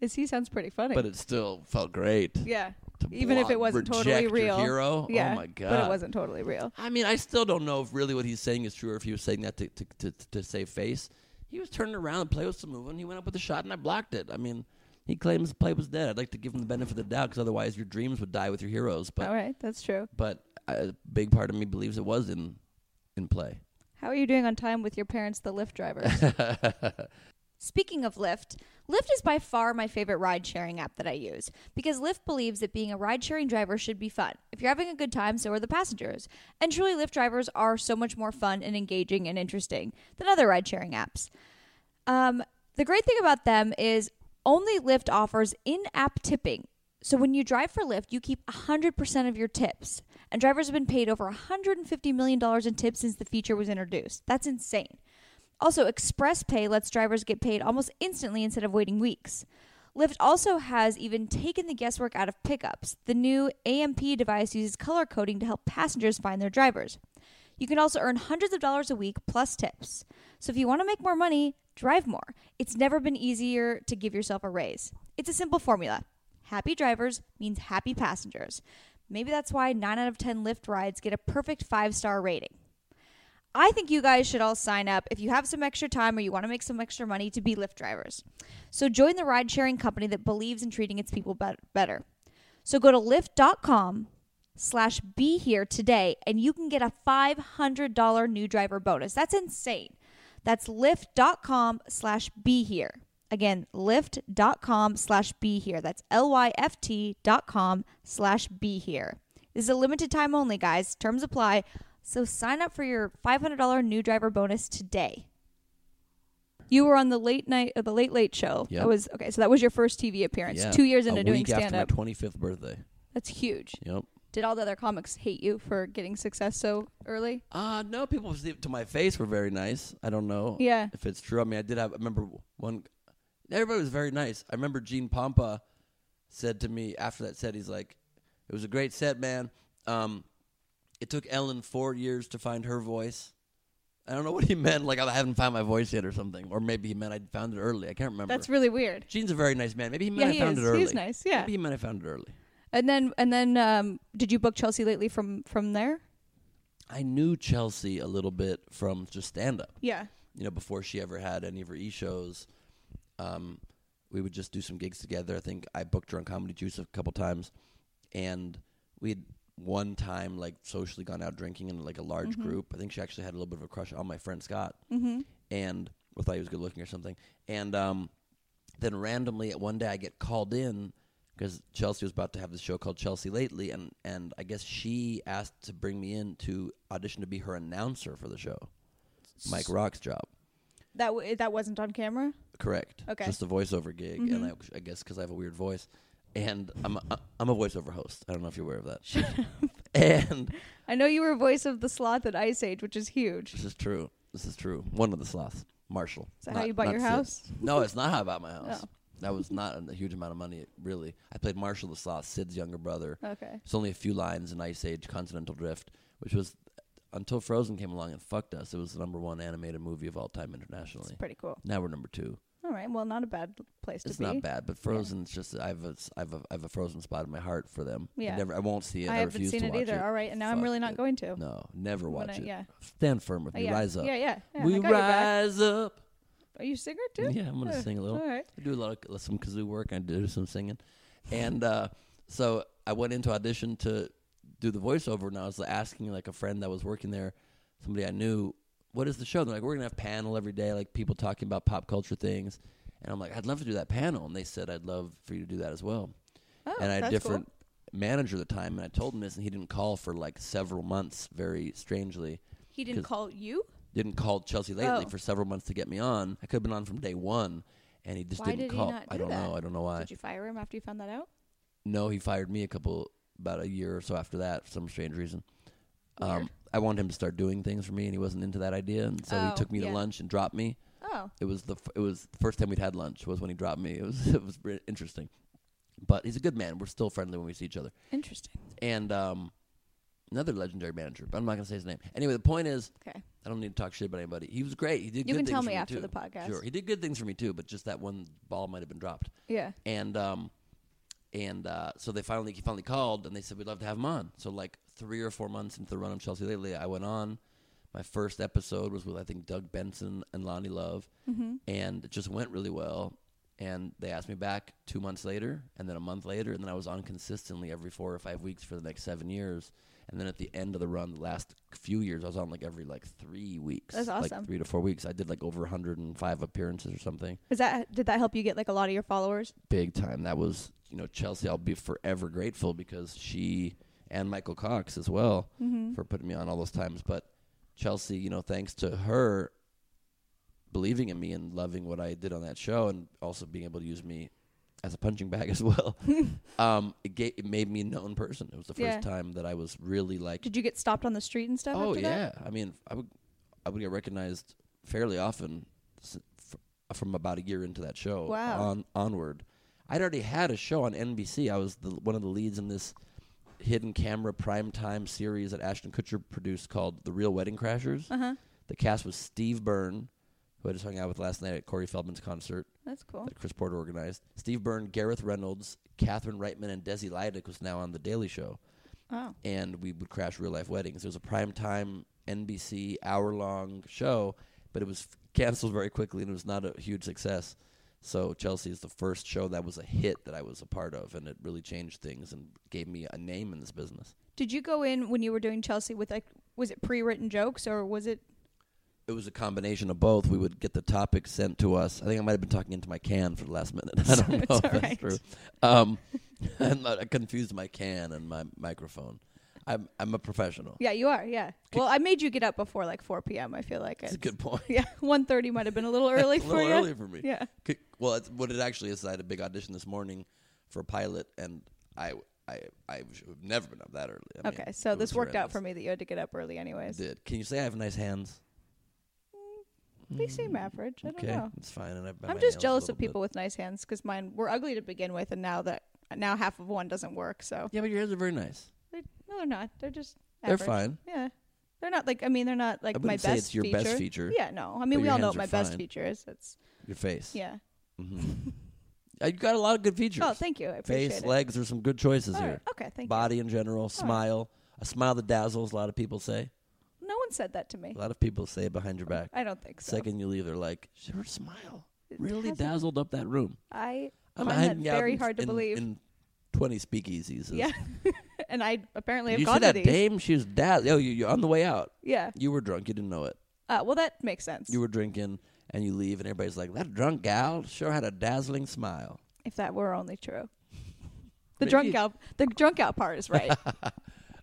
Speaker 1: Is he sounds pretty funny?
Speaker 2: But it still felt great.
Speaker 1: yeah,
Speaker 2: to
Speaker 1: even if
Speaker 2: block-
Speaker 1: it wasn't totally
Speaker 2: reject your
Speaker 1: real.
Speaker 2: hero? Oh
Speaker 1: Yeah,
Speaker 2: my
Speaker 1: But it
Speaker 2: God.
Speaker 1: wasn't totally real.
Speaker 2: I mean, I still don't know if really what he's saying is true or if he was saying that to, to, to, to save face. He was turning around, the play was still moving. He went up with a shot, and I blocked it. I mean, he claims the play was dead. I'd like to give him the benefit of the doubt because otherwise your dreams would die with your heroes. But
Speaker 1: All right, that's true.
Speaker 2: but a big part of me believes it was in in play.
Speaker 1: How are you doing on time with your parents, the Lyft driver? Speaking of Lyft, Lyft is by far my favorite ride sharing app that I use because Lyft believes that being a ride sharing driver should be fun. If you're having a good time, so are the passengers. And truly, Lyft drivers are so much more fun and engaging and interesting than other ride sharing apps. Um, the great thing about them is only Lyft offers in app tipping. So when you drive for Lyft, you keep 100% of your tips. And drivers have been paid over $150 million in tips since the feature was introduced. That's insane. Also, Express Pay lets drivers get paid almost instantly instead of waiting weeks. Lyft also has even taken the guesswork out of pickups. The new AMP device uses color coding to help passengers find their drivers. You can also earn hundreds of dollars a week plus tips. So if you want to make more money, drive more. It's never been easier to give yourself a raise. It's a simple formula. Happy drivers means happy passengers. Maybe that's why 9 out of 10 Lyft rides get a perfect 5-star rating. I think you guys should all sign up if you have some extra time or you want to make some extra money to be Lyft drivers. So join the ride sharing company that believes in treating its people bet- better. So go to lyft.com slash be here today and you can get a $500 new driver bonus. That's insane. That's lyft.com slash be here. Again, lyft.com slash be here. That's L Y F T dot com slash be here. This is a limited time only, guys. Terms apply. So sign up for your $500 new driver bonus today. You were on the late night or the late late show.
Speaker 2: Yep.
Speaker 1: That was okay. So that was your first TV appearance. Two years into
Speaker 2: a
Speaker 1: doing
Speaker 2: week
Speaker 1: stand
Speaker 2: after my
Speaker 1: up.
Speaker 2: twenty fifth birthday.
Speaker 1: That's huge.
Speaker 2: Yep.
Speaker 1: Did all the other comics hate you for getting success so early?
Speaker 2: Uh no, people was- to my face were very nice. I don't know
Speaker 1: Yeah.
Speaker 2: if it's true. I mean, I did have. I remember one. Everybody was very nice. I remember Gene Pompa said to me after that set, he's like, "It was a great set, man. Um, it took Ellen four years to find her voice." I don't know what he meant. Like I haven't found my voice yet, or something, or maybe he meant I found it early. I can't remember.
Speaker 1: That's really weird.
Speaker 2: Gene's a very nice man. Maybe he meant
Speaker 1: Yeah,
Speaker 2: I
Speaker 1: he
Speaker 2: found
Speaker 1: is.
Speaker 2: it early.
Speaker 1: He's nice. Yeah.
Speaker 2: Maybe he meant I found it early.
Speaker 1: And then and then um, did you book Chelsea lately from from there?
Speaker 2: I knew Chelsea a little bit from just stand up.
Speaker 1: Yeah.
Speaker 2: You know, before she ever had any of her e shows, um, we would just do some gigs together. I think I booked her on Comedy Juice a couple times, and we had one time like socially gone out drinking in like a large group. I think she actually had a little bit of a crush on my friend Scott, mm-hmm. and or thought he was good looking or something. And um, then randomly at one day I get called in because Chelsea was about to have this show called Chelsea Lately, and and I guess she asked to bring me in to audition to be her announcer for the show, Mike Rock's job.
Speaker 1: That w- that wasn't on camera.
Speaker 2: Correct.
Speaker 1: Okay. Mm-hmm.
Speaker 2: Just a voiceover gig, and I, I guess because I have a weird voice, and I'm a, uh, I'm a voiceover host. I don't know if you're aware of that. And
Speaker 1: I know you were voice of the sloth at Ice Age, which is huge.
Speaker 2: this is true. This is true. One of the sloths. Marshall.
Speaker 1: Is that how you bought your
Speaker 2: Sips.
Speaker 1: house?
Speaker 2: No, it's not how I bought my house.
Speaker 1: Oh.
Speaker 2: That was not a huge amount of money, really. I played Marshall the Sloth, Sid's younger brother.
Speaker 1: Okay.
Speaker 2: It's only a few lines in Ice Age Continental Drift, which was until Frozen came along and fucked us. It was the number one animated movie of all time
Speaker 1: It's
Speaker 2: internationally.
Speaker 1: pretty cool.
Speaker 2: Now we're number two.
Speaker 1: All right. Well, not a bad place to
Speaker 2: It's
Speaker 1: be.
Speaker 2: not bad, but Frozen's just I have a s- I have a I have a Frozen spot in my heart for them.
Speaker 1: Yeah.
Speaker 2: I never I won't see it.
Speaker 1: I
Speaker 2: I,
Speaker 1: haven't
Speaker 2: refuse
Speaker 1: seen
Speaker 2: to
Speaker 1: it
Speaker 2: watch
Speaker 1: either. All right, and now I'm
Speaker 2: Fuck
Speaker 1: really not
Speaker 2: it.
Speaker 1: going to.
Speaker 2: No, never watch
Speaker 1: gonna-
Speaker 2: it.
Speaker 1: yeah.
Speaker 2: Stand firm with
Speaker 1: Uh,
Speaker 2: me.
Speaker 1: yeah.
Speaker 2: Rise up.
Speaker 1: Yeah, yeah. yeah. I
Speaker 2: we
Speaker 1: got your back.
Speaker 2: rise up.
Speaker 1: Are you a singer too?
Speaker 2: Yeah, I'm gonna
Speaker 1: Uh,
Speaker 2: sing a little.
Speaker 1: All right.
Speaker 2: I do a lot of some kazoo work. I do some singing, and uh, so I went into audition to do the voiceover, and I was asking like a friend that was working there, somebody I knew, what is the show? They're like, we're gonna have panel every day, like people talking about pop culture things, and I'm like, I'd love to do that panel, and they said I'd love for you to do that as well,
Speaker 1: Oh,
Speaker 2: and I had
Speaker 1: that's
Speaker 2: different. Manager at the time, and I told him this, and he didn't call for like several months. Very strangely,
Speaker 1: Cool. He didn't
Speaker 2: 'cause-
Speaker 1: call you.
Speaker 2: didn't call Chelsea lately
Speaker 1: Oh.
Speaker 2: for several months to get me on. I could have been on from day one, and he just
Speaker 1: Why
Speaker 2: didn't
Speaker 1: did he
Speaker 2: call.
Speaker 1: not
Speaker 2: I
Speaker 1: do
Speaker 2: don't
Speaker 1: that?
Speaker 2: know. I don't know why.
Speaker 1: Did you fire him after you found that out?
Speaker 2: No, he fired me a couple about a year or so after that for some strange reason.
Speaker 1: Weird.
Speaker 2: Um, I wanted him to start doing things for me, and he wasn't into that idea. And so
Speaker 1: Oh,
Speaker 2: he took me
Speaker 1: yeah.
Speaker 2: to lunch and dropped me.
Speaker 1: Oh,
Speaker 2: It was the f- it was the first time we'd had lunch was when he dropped me. It was it was re- interesting, but he's a good man. We're still friendly when we see each other.
Speaker 1: interesting.
Speaker 2: And um, another legendary manager, but I'm not gonna say his name. Anyway, the point is,
Speaker 1: Okay,
Speaker 2: I don't need to talk shit about anybody. He was great. He did.
Speaker 1: you can
Speaker 2: good things
Speaker 1: tell
Speaker 2: for
Speaker 1: me after
Speaker 2: too.
Speaker 1: the podcast.
Speaker 2: Sure, he did good things for me too, but just that one ball might have been dropped
Speaker 1: Yeah.
Speaker 2: and um, and uh, so they finally he finally called and they said we'd love to have him on. So like three or four months into the run on Chelsea lately, I went on. My first episode was with I think Doug Benson and Lonnie Love,
Speaker 1: Mm-hmm.
Speaker 2: and it just went really well. And they asked me back two months later, and then a month later, and then I was on consistently every four or five weeks for the next seven years. And then at the end of the run, the last few years, I was on like every like three weeks,
Speaker 1: That's awesome.
Speaker 2: like three to four weeks. I did like over 105 appearances or something
Speaker 1: Is that did that help you get like a lot of your followers?
Speaker 2: big time. That was, you know, Chelsea. I'll be forever grateful because she and Michael Cox as well
Speaker 1: Mm-hmm.
Speaker 2: for putting me on all those times. But Chelsea, you know, thanks to her believing in me and loving what I did on that show, and also being able to use me as a punching bag as well. um, it, ga- it made me a known person. It was the first
Speaker 1: Yeah.
Speaker 2: time that I was really like
Speaker 1: Did you get stopped on the street and stuff?
Speaker 2: Oh
Speaker 1: after that?
Speaker 2: yeah, I mean, I would I would get recognized fairly often s- f- from about a year into that show
Speaker 1: Wow.
Speaker 2: on onward. I'd already had a show on NBC. I was the, one of the leads in this hidden camera primetime series that Ashton Kutcher produced called The Real Wedding Crashers.
Speaker 1: Uh huh.
Speaker 2: The cast was Steve Byrne, who I just hung out with last night at Corey Feldman's concert
Speaker 1: That's cool.
Speaker 2: that Chris Porter organized. Steve Byrne, Gareth Reynolds, Catherine Reitman, and Desi Lydic was now on The Daily Show
Speaker 1: Oh,
Speaker 2: and we would crash real life weddings. It was a primetime NBC hour long show, but it was canceled very quickly and it was not a huge success. So Chelsea is the first show that was a hit that I was a part of, and it really changed things and gave me a name in this business.
Speaker 1: did you go in when you were doing Chelsea with like was it pre-written jokes or was it?
Speaker 2: It was a combination of both. We would get the topic sent to us. I think I might have been talking into my can for the last minute. I
Speaker 1: Sorry,
Speaker 2: don't know
Speaker 1: it's
Speaker 2: if
Speaker 1: all
Speaker 2: that's
Speaker 1: right.
Speaker 2: true. Um, I'm not- I confused my can and my microphone. I'm I'm a professional.
Speaker 1: Yeah, you are. Yeah.
Speaker 2: Could-
Speaker 1: Well, I made you get up before like 4 p.m. I feel like
Speaker 2: That's a
Speaker 1: it.
Speaker 2: good point.
Speaker 1: Yeah, 1:30 might have been a little early
Speaker 2: a
Speaker 1: for
Speaker 2: little
Speaker 1: you.
Speaker 2: early for me.
Speaker 1: Yeah.
Speaker 2: Could- Well, it's, what it actually is, I had a big audition this morning for a pilot, and I I I should have never been up that early. I mean,
Speaker 1: okay, so
Speaker 2: it
Speaker 1: this
Speaker 2: was
Speaker 1: worked out
Speaker 2: horrendous.
Speaker 1: for me that you had to get up early anyways.
Speaker 2: It did. Can you say I have nice hands?
Speaker 1: Mm,
Speaker 2: Hmm,
Speaker 1: They seem average. I
Speaker 2: okay,
Speaker 1: don't know.
Speaker 2: it's fine. And I bend
Speaker 1: I'm
Speaker 2: my
Speaker 1: just
Speaker 2: nails a
Speaker 1: jealous
Speaker 2: little
Speaker 1: of people with nice hands because mine were ugly to begin with, and now that now half of one doesn't work. So
Speaker 2: bit. Yeah, but your hands are very nice.
Speaker 1: they, no, they're not. They're just
Speaker 2: They're
Speaker 1: average.
Speaker 2: fine.
Speaker 1: Yeah, they're not like I mean they're not like
Speaker 2: I
Speaker 1: my
Speaker 2: wouldn't
Speaker 1: best.
Speaker 2: say it's your
Speaker 1: feature.
Speaker 2: best feature.
Speaker 1: Yeah, no. I mean
Speaker 2: but
Speaker 1: we
Speaker 2: your
Speaker 1: all know
Speaker 2: hands
Speaker 1: what my
Speaker 2: are
Speaker 1: best
Speaker 2: fine.
Speaker 1: feature is. It's
Speaker 2: Your face.
Speaker 1: yeah.
Speaker 2: Mhm. Uh, you got a lot of good features.
Speaker 1: Oh, thank you. I appreciate
Speaker 2: face,
Speaker 1: it.
Speaker 2: legs are some good choices
Speaker 1: All right.
Speaker 2: here.
Speaker 1: Okay, thank
Speaker 2: Body in general, smile, a smile that dazzles. A lot of people say.
Speaker 1: you. No one said that to me.
Speaker 2: A lot of people say it behind your back.
Speaker 1: I don't think so.
Speaker 2: Second you leave, they're like, her smile
Speaker 1: It
Speaker 2: really
Speaker 1: hasn't-
Speaker 2: dazzled up that room.
Speaker 1: I
Speaker 2: I'm
Speaker 1: Find that
Speaker 2: hiding out
Speaker 1: very
Speaker 2: in-
Speaker 1: hard to
Speaker 2: in-
Speaker 1: believe.
Speaker 2: In twenty speakeasies.
Speaker 1: yeah, and I apparently have
Speaker 2: you see
Speaker 1: gone to
Speaker 2: that
Speaker 1: these.
Speaker 2: dame? She was dazzled. Oh, you, you on the way out.
Speaker 1: Yeah.
Speaker 2: You were drunk. You didn't know it.
Speaker 1: Uh, well, that makes sense.
Speaker 2: You were drinking, and you leave, and everybody's like, "That drunk gal sure had a dazzling smile."
Speaker 1: if that were only true. The
Speaker 2: Maybe-
Speaker 1: drunk out, the drunk out part is right.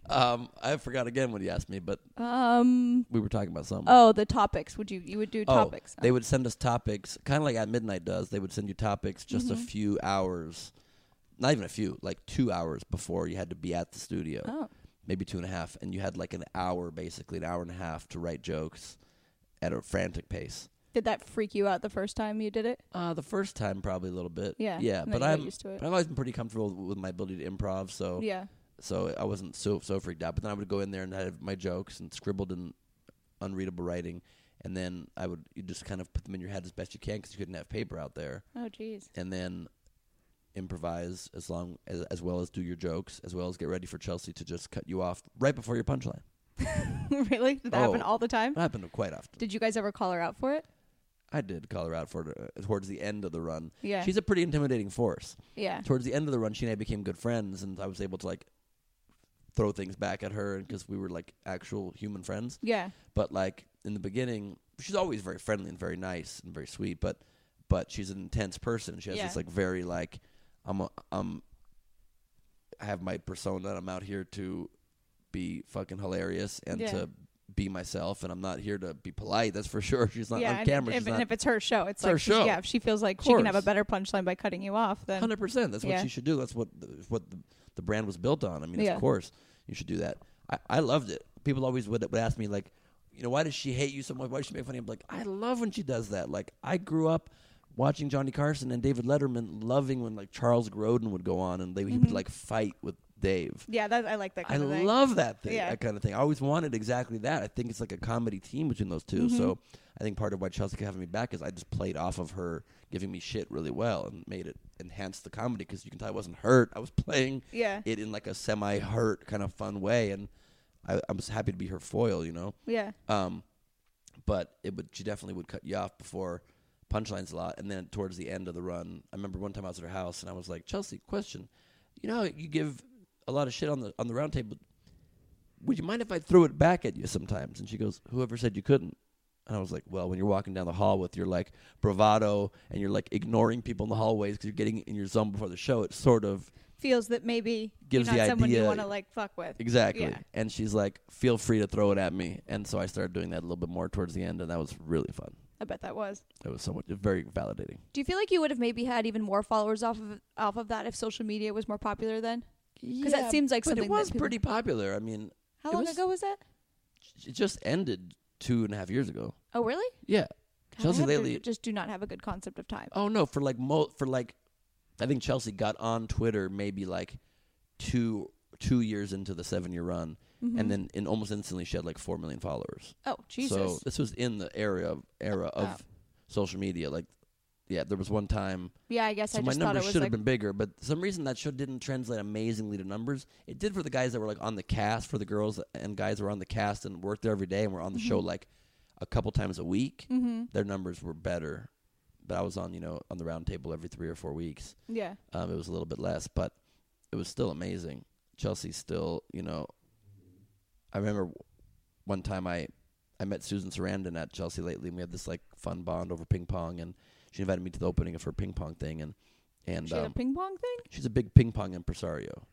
Speaker 2: Um, I forgot again when you asked me, but
Speaker 1: um.
Speaker 2: we were talking about something.
Speaker 1: Oh, the topics. Would you you would do
Speaker 2: Oh,
Speaker 1: topics?
Speaker 2: They would send us topics, kind of like at midnight does. They would send you topics just a
Speaker 1: Mhm.
Speaker 2: few hours, not even a few, like two hours before you had to be at the studio.
Speaker 1: Oh,
Speaker 2: maybe two and a half, and you had like an hour, basically an hour and a half to write jokes at a frantic pace.
Speaker 1: Did that freak you out the first time you did it?
Speaker 2: Uh, the first time probably a little bit.
Speaker 1: Yeah,
Speaker 2: Yeah,
Speaker 1: and then
Speaker 2: but
Speaker 1: you got
Speaker 2: I'm
Speaker 1: used to it.
Speaker 2: but I've always been pretty comfortable with my ability to improv, so
Speaker 1: Yeah.
Speaker 2: so I wasn't so so freaked out. But then I would go in there and I have my jokes and scribbled in unreadable writing, and then I would you just kind of put them in your head as best you can because you couldn't have paper out there,
Speaker 1: Oh, jeez.
Speaker 2: and then improvise as long as, as well as do your jokes as well as get ready for Chelsea to just cut you off right before your punchline.
Speaker 1: really? Did that happen
Speaker 2: Oh.
Speaker 1: all the time?
Speaker 2: It happened quite often.
Speaker 1: Did you guys ever call her out for it?
Speaker 2: I did call her out for it, uh, towards the end of the run.
Speaker 1: Yeah.
Speaker 2: She's a pretty intimidating force.
Speaker 1: yeah.
Speaker 2: towards the end of the run, she and I became good friends, and I was able to like throw things back at her because we were like actual human friends.
Speaker 1: Yeah.
Speaker 2: But like in the beginning, she's always very friendly and very nice and very sweet, but but she's an intense person. She has
Speaker 1: Yeah.
Speaker 2: this like very like I'm a, I'm I have my persona. and I'm out here to be fucking hilarious and
Speaker 1: Yeah.
Speaker 2: to be myself, and I'm not here to be polite. That's for sure. She's not
Speaker 1: yeah.
Speaker 2: on
Speaker 1: and
Speaker 2: camera.
Speaker 1: If,
Speaker 2: she's
Speaker 1: and
Speaker 2: not
Speaker 1: if it's her show, it's
Speaker 2: It's her
Speaker 1: like,
Speaker 2: show.
Speaker 1: yeah, if she feels like
Speaker 2: Of
Speaker 1: she can have a
Speaker 2: course.
Speaker 1: better punchline by cutting you off, then.
Speaker 2: Hundred percent. That's
Speaker 1: Yeah.
Speaker 2: what she should do. That's what the, what the, the brand was built on. I mean,
Speaker 1: Yeah.
Speaker 2: of course you should do that. I, I loved it. People always would, would ask me like, you know, why does she hate you so much? Why does she make fun of you? I'm like, I love when she does that. Like, I grew up watching Johnny Carson and David Letterman, loving when like Charles Grodin would go on and they he would
Speaker 1: Mm-hmm.
Speaker 2: like fight with Dave.
Speaker 1: Yeah, that, I like that
Speaker 2: I
Speaker 1: kind of thing.
Speaker 2: love that thing,
Speaker 1: Yeah.
Speaker 2: that kind of thing. I always wanted exactly that. I think it's like a comedy team between those 2 So
Speaker 1: Mm-hmm.
Speaker 2: I think part of why Chelsea kept having me back is I just played off of her giving me shit really well and made it enhance the comedy because you can tell I wasn't hurt. I was playing
Speaker 1: Yeah.
Speaker 2: it in like a semi hurt kind of fun way, and I, I was happy to be her foil, you know.
Speaker 1: Yeah.
Speaker 2: Um, but it would she definitely would cut you off before punchlines a lot, and then towards the end of the run, I remember one time I was at her house and I was like, Chelsea, question, you know, how you give a lot of shit on the on the round table. Would you mind if I threw it back at you sometimes? And she goes, Whoever said you couldn't? And I was like, Well, when you're walking down the hall with your like bravado and you're like ignoring people in the hallways because you're getting in your zone before the show, it's sort of
Speaker 1: Feels that maybe
Speaker 2: Gives
Speaker 1: you're not
Speaker 2: the
Speaker 1: someone you
Speaker 2: idea-
Speaker 1: want to, like, fuck with.
Speaker 2: Exactly.
Speaker 1: Yeah.
Speaker 2: And she's like, feel free to throw it at me. And so I started doing that a little bit more towards the end, and that was really fun.
Speaker 1: I bet that was.
Speaker 2: It was somewhat very validating.
Speaker 1: Do you feel like you would have maybe had even more followers off of off of that if social media was more popular then?
Speaker 2: Because
Speaker 1: that seems like
Speaker 2: but
Speaker 1: something
Speaker 2: it
Speaker 1: that
Speaker 2: was
Speaker 1: people-
Speaker 2: pretty popular. I mean,
Speaker 1: How
Speaker 2: It
Speaker 1: long
Speaker 2: was-
Speaker 1: ago was that?
Speaker 2: it just ended two and a half years ago.
Speaker 1: Oh, really?
Speaker 2: Yeah.
Speaker 1: God, I
Speaker 2: Chelsea
Speaker 1: have to
Speaker 2: Lately-
Speaker 1: just do not have a good concept of time.
Speaker 2: Oh no, for like mo for like, I think Chelsea got on Twitter maybe like two two years into the seven year run, and then in almost instantly she had like four million followers.
Speaker 1: Oh, Mm-hmm. Jesus.
Speaker 2: So this was in the era of, era of
Speaker 1: Oh.
Speaker 2: social media. Like, yeah, there was one time.
Speaker 1: yeah, I guess
Speaker 2: So
Speaker 1: I
Speaker 2: my
Speaker 1: just thought
Speaker 2: numbers
Speaker 1: it was
Speaker 2: should
Speaker 1: like
Speaker 2: have been bigger, but some reason that show didn't translate amazingly to numbers. It did for the guys that were like on the cast, for the girls and guys that were on the cast and worked there every day and were on the
Speaker 1: Mm-hmm.
Speaker 2: show like a couple times a week.
Speaker 1: Mhm.
Speaker 2: Their numbers were better, but I was on you know on the round table every three or four weeks.
Speaker 1: Yeah.
Speaker 2: Um, it was a little bit less, but it was still amazing. Chelsea still, you know, I remember w- one time I I met Susan Sarandon at Chelsea lately, and we had this like fun bond over ping pong, and she invited me to the opening of her ping pong thing, and and
Speaker 1: She had a
Speaker 2: um,
Speaker 1: ping pong thing?
Speaker 2: she's a big ping pong impresario.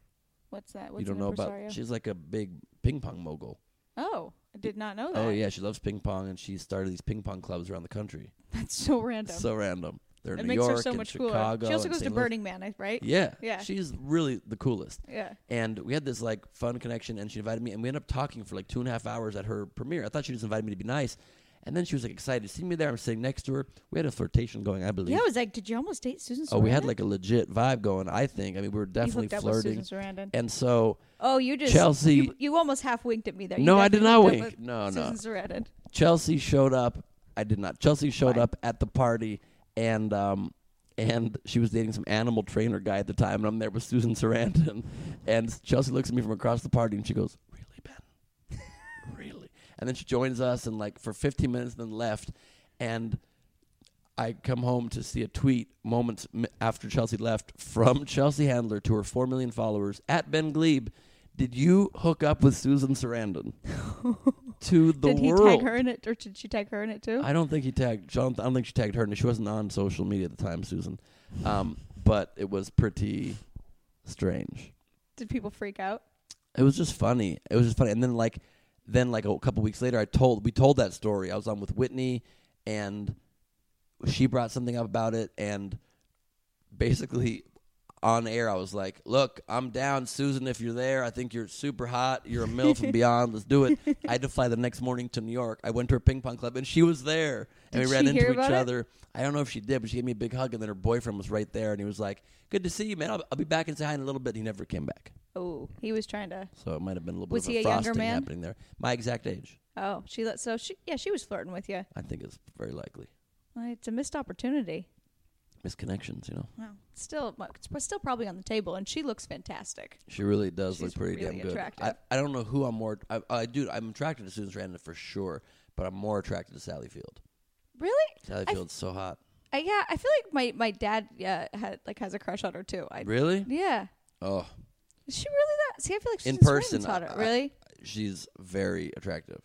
Speaker 1: What's that? What's
Speaker 2: you don't
Speaker 1: an
Speaker 2: know
Speaker 1: impresario?
Speaker 2: about? She's like a big ping pong mogul.
Speaker 1: Oh, I did not know that.
Speaker 2: Oh yeah, she loves ping pong, and she started these ping pong clubs around the country.
Speaker 1: That's so random.
Speaker 2: So random. They're in
Speaker 1: it
Speaker 2: New
Speaker 1: makes
Speaker 2: York
Speaker 1: her so
Speaker 2: and
Speaker 1: much
Speaker 2: Chicago.
Speaker 1: cooler. She also
Speaker 2: and
Speaker 1: goes to
Speaker 2: St. Louis.
Speaker 1: Burning Man, I- right?
Speaker 2: Yeah,
Speaker 1: Yeah.
Speaker 2: She's really the coolest.
Speaker 1: Yeah.
Speaker 2: and we had this like fun connection and she invited me and we ended up talking for like two and a half hours at her premiere i thought she just invited me to be nice and then she was like excited to see me there i'm sitting next to her we had a flirtation going i believe
Speaker 1: Yeah, I was like, did you almost date Susan Sarandon?
Speaker 2: oh we had like a legit vibe going i think i mean we were definitely
Speaker 1: you hooked Up
Speaker 2: flirting
Speaker 1: with Susan Sarandon.
Speaker 2: and so
Speaker 1: Oh, you just
Speaker 2: Chelsea-
Speaker 1: You, you almost half winked at me there. You
Speaker 2: No, I did
Speaker 1: definitely
Speaker 2: not
Speaker 1: hooked up
Speaker 2: wink.
Speaker 1: with
Speaker 2: No, no.
Speaker 1: Susan Sarandon.
Speaker 2: chelsea showed up i did not chelsea showed
Speaker 1: Fine.
Speaker 2: up at the party and um and she was dating some animal trainer guy at the time and i'm there with susan sarandon and chelsea looks at me from across the party and she goes really ben really? And then she joins us and like for 15 minutes then left. And I come home to see a tweet moments m- after Chelsea left from Chelsea Handler to her 4 million followers at Ben Glebe. Did you hook up with Susan Sarandon? to the
Speaker 1: did he
Speaker 2: world.
Speaker 1: tag her in it, or did she tag her in it too?
Speaker 2: I don't think he tagged. I don't, I don't think she tagged her, and she wasn't on social media at the time, Susan. Um, but it was pretty strange
Speaker 1: did people freak out?
Speaker 2: it was just funny. It was just funny. And then like then like a couple weeks later I told we told that story. I was on with Whitney and she brought something up about it and basically on air, I was like, "Look, I'm down, Susan. If you're there, I think you're super hot. You're a milf and beyond. Let's do it." I had to fly the next morning to New York. I went to her ping pong club, and she was there, and
Speaker 1: Did
Speaker 2: we ran
Speaker 1: she
Speaker 2: into
Speaker 1: hear
Speaker 2: each
Speaker 1: about it?
Speaker 2: other. I don't know if she did, but she gave me a big hug, and then her boyfriend was right there, and he was like, "Good to see you, man. I'll, I'll be back and say hi in a little bit." He never came back,
Speaker 1: Oh, he was trying to.
Speaker 2: so it might have been a little
Speaker 1: Was
Speaker 2: bit
Speaker 1: he
Speaker 2: of
Speaker 1: a
Speaker 2: a
Speaker 1: younger
Speaker 2: frosting
Speaker 1: man?
Speaker 2: happening there. My exact age,
Speaker 1: Oh, she let. So she, yeah, she was flirting with you.
Speaker 2: I think, is very likely.
Speaker 1: Well, it's a missed opportunity.
Speaker 2: Misconnections, you know.
Speaker 1: Wow. Still, it's pro- still probably on the table, and she looks fantastic.
Speaker 2: She really does
Speaker 1: She's
Speaker 2: look pretty
Speaker 1: really
Speaker 2: damn good. I,
Speaker 1: attractive.
Speaker 2: I don't know who I'm more. I, I dude, I'm attracted to Susan Sarandon for sure, but I'm more attracted to Sally Field.
Speaker 1: Really?
Speaker 2: Sally
Speaker 1: I-
Speaker 2: Field's so hot.
Speaker 1: I, yeah, I feel like my my dad yeah had like has a crush on her too. I,
Speaker 2: Really?
Speaker 1: Yeah.
Speaker 2: Oh,
Speaker 1: Is she really that? See, I feel like she's
Speaker 2: In person,
Speaker 1: Hotter.
Speaker 2: I- I-
Speaker 1: really?
Speaker 2: she's very attractive.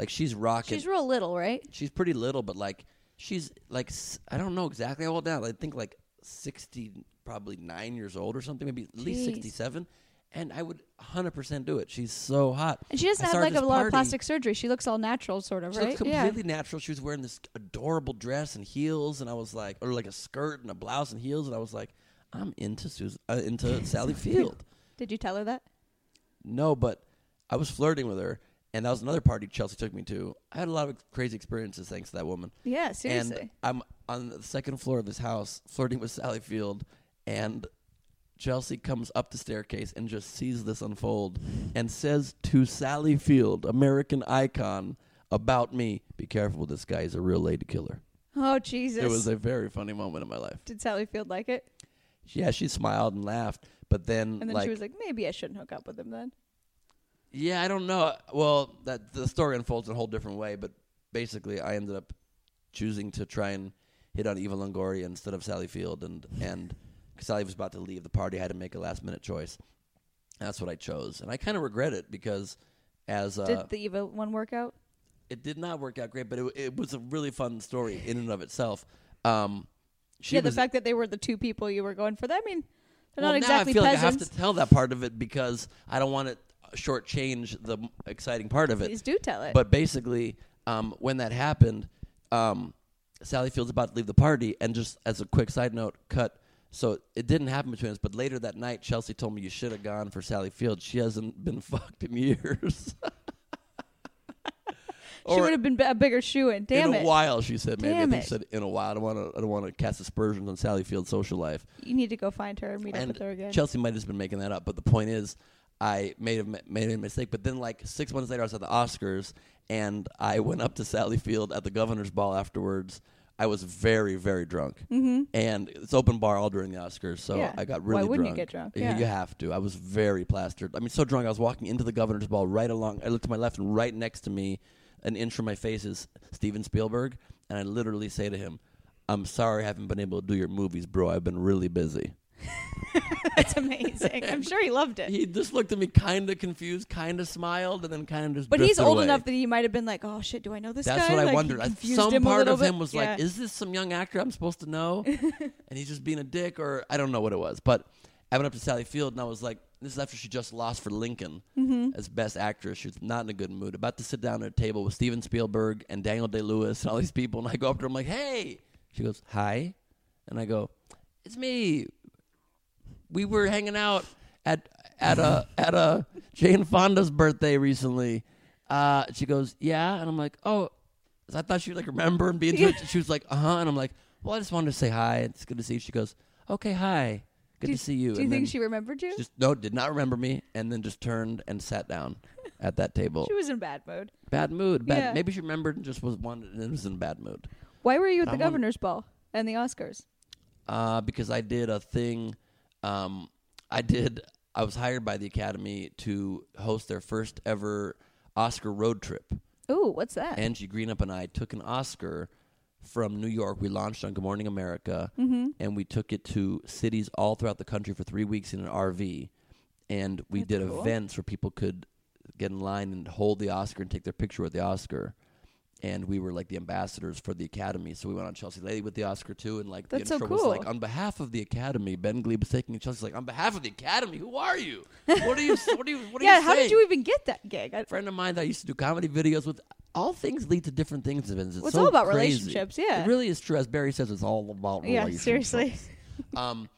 Speaker 2: Like she's rocking.
Speaker 1: she's
Speaker 2: She's,
Speaker 1: real little, right?
Speaker 2: pretty little, but like she's like s- I don't know exactly how old now. I think like sixty, probably nine years old or something. Maybe at least
Speaker 1: Jeez.
Speaker 2: sixty-seven. And I would hundred percent do it. She's so hot.
Speaker 1: And she doesn't
Speaker 2: I saw
Speaker 1: have
Speaker 2: her
Speaker 1: like
Speaker 2: at
Speaker 1: a
Speaker 2: this
Speaker 1: lot
Speaker 2: party.
Speaker 1: of plastic surgery. She looks all natural, sort of,
Speaker 2: She
Speaker 1: right?
Speaker 2: looked completely natural. She was wearing this adorable dress and heels, and I was like, or like a skirt and a blouse and heels, and I was like, I'm into Susan, uh, into Sally Field.
Speaker 1: yeah. Did you tell her that?
Speaker 2: No, but I was flirting with her, and that was another party Chelsea took me to. I had a lot of crazy experiences thanks to that woman.
Speaker 1: Yeah, seriously.
Speaker 2: And I'm on the second floor of this house flirting with Sally Field, and Chelsea comes up the staircase and just sees this unfold and says to Sally Field, American icon, about me, be careful with this guy, he's a real lady killer.
Speaker 1: oh Jesus!
Speaker 2: It was a very funny moment in my life.
Speaker 1: Did Sally Field like it?
Speaker 2: Yeah, she smiled and laughed, but then,
Speaker 1: And then
Speaker 2: like,
Speaker 1: she was like, maybe I shouldn't hook up with him then.
Speaker 2: yeah, I don't know. Well, that the story unfolds in a whole different way, but basically, I ended up choosing to try and hit on Eva Longoria instead of Sally Field, and and 'cause Sally was about to leave the party, I had to make a last minute choice. That's what I chose, and I kind of regret it because as uh,
Speaker 1: Did the Eva one work out?
Speaker 2: it did not work out great, but it, it was a really fun story in and of itself. Um, she
Speaker 1: yeah, the
Speaker 2: was
Speaker 1: fact that they were the two people you were going for. That I mean, they're
Speaker 2: well,
Speaker 1: not exactly
Speaker 2: now I feel like I
Speaker 1: peasants.
Speaker 2: have to tell that part of it because I don't want to shortchange the m- exciting part of it.
Speaker 1: Please do tell it.
Speaker 2: But basically, um, when that happened, um, Sally Field's about to leave the party, and just as a quick side note, cut. So it didn't happen between us, but later that night, Chelsea told me you should have gone for Sally Field. She hasn't been fucked in years.
Speaker 1: she
Speaker 2: or-
Speaker 1: would have been b- a bigger shoe in. Damn
Speaker 2: in
Speaker 1: it!
Speaker 2: a while, she said. Maybe
Speaker 1: Damn
Speaker 2: I think
Speaker 1: it.
Speaker 2: she said in a while. I don't want to. I don't want to cast aspersions on Sally Field's social life.
Speaker 1: You need to go find her and meet up
Speaker 2: And
Speaker 1: with her again.
Speaker 2: Chelsea might have just been making that up, but the point is, I made a made a mistake. But then, like six months later, I was at the Oscars, and I went up to Sally Field at the Governor's Ball afterwards. I was very, very drunk, mm-hmm. and it's open bar all during the Oscars, so
Speaker 1: Yeah.
Speaker 2: I got
Speaker 1: Why
Speaker 2: really drunk.
Speaker 1: wouldn't you get drunk?
Speaker 2: You-
Speaker 1: Yeah.
Speaker 2: You have to. I was very plastered. I mean, so drunk. I was walking into the Governor's Ball right along. I looked to my left, and right next to me, an inch from my face is Steven Spielberg, and I literally say to him, "I'm sorry, I haven't been able to do your movies, bro. I've been really busy."
Speaker 1: That's amazing. I'm sure he loved it.
Speaker 2: He just looked at me kind of confused, kind of smiled, and then kind of just.
Speaker 1: But he's
Speaker 2: drifted
Speaker 1: old
Speaker 2: away.
Speaker 1: enough that he might have been like, "Oh shit, do I know this
Speaker 2: That's
Speaker 1: guy?"
Speaker 2: what I
Speaker 1: Like, he
Speaker 2: wondered. I-
Speaker 1: confused
Speaker 2: some
Speaker 1: him a
Speaker 2: part
Speaker 1: little
Speaker 2: of
Speaker 1: bit.
Speaker 2: him was
Speaker 1: Yeah.
Speaker 2: like, "Is this some young actor I'm supposed to know?" and he's just being a dick, or I don't know what it was. But I went up to Sally Field, and I was like, "This is after she just lost for Lincoln
Speaker 1: Mm-hmm.
Speaker 2: as Best Actress. She's not in a good mood. About to sit down at a table with Steven Spielberg and Daniel Day Lewis and all these people." And I go up to her, I'm like, "Hey," she goes, "Hi," and I go, "It's me, we were hanging out at at a at a Jane Fonda's birthday recently. Uh, she goes, yeah, and I'm like, oh, 'cause I thought she'd like remember and be into it. She was like, uh huh, and I'm like, well, I just wanted to say hi. It's good to see you. She goes, okay, hi, good
Speaker 1: Do you-
Speaker 2: to see you.
Speaker 1: Do you
Speaker 2: and
Speaker 1: think
Speaker 2: then
Speaker 1: she remembered you?
Speaker 2: just no did not remember me, and then just turned and sat down at that table.
Speaker 1: She was in bad mood.
Speaker 2: bad mood. Bad.
Speaker 1: Yeah.
Speaker 2: Maybe she remembered and just was wanted and was in a bad mood.
Speaker 1: Why were you at
Speaker 2: I
Speaker 1: the
Speaker 2: wanna-
Speaker 1: governor's ball and the Oscars?
Speaker 2: uh, because I did a thing. Um, I did. I was hired by the Academy to host their first ever Oscar road trip.
Speaker 1: Ooh, what's that?
Speaker 2: Angie Greenup and I took an Oscar from New York. We launched on Good Morning America,
Speaker 1: Mm-hmm.
Speaker 2: and we took it to cities all throughout the country for three weeks in an RV. And we
Speaker 1: That's
Speaker 2: did
Speaker 1: cool.
Speaker 2: events where people could get in line and hold the Oscar and take their picture with the Oscar. And we were like the ambassadors for the Academy, so we went on Chelsea Lady with the Oscar too, and like
Speaker 1: That's
Speaker 2: the
Speaker 1: so
Speaker 2: intro
Speaker 1: cool.
Speaker 2: was like, "On behalf of the Academy, Ben Glebe is taking Chelsea's like, on behalf of the Academy, who are you? What are you? What are you? What are
Speaker 1: yeah,
Speaker 2: you
Speaker 1: how did
Speaker 2: saying?
Speaker 1: you even get that gig? I,
Speaker 2: friend of mine that I used to do comedy videos with. All things lead to different things. Vince. It's,
Speaker 1: Well, it's
Speaker 2: so
Speaker 1: all about
Speaker 2: crazy.
Speaker 1: relationships, yeah.
Speaker 2: Oh, it really is true. As Barry says, it's all about
Speaker 1: yeah,
Speaker 2: relationships.
Speaker 1: seriously.
Speaker 2: Um,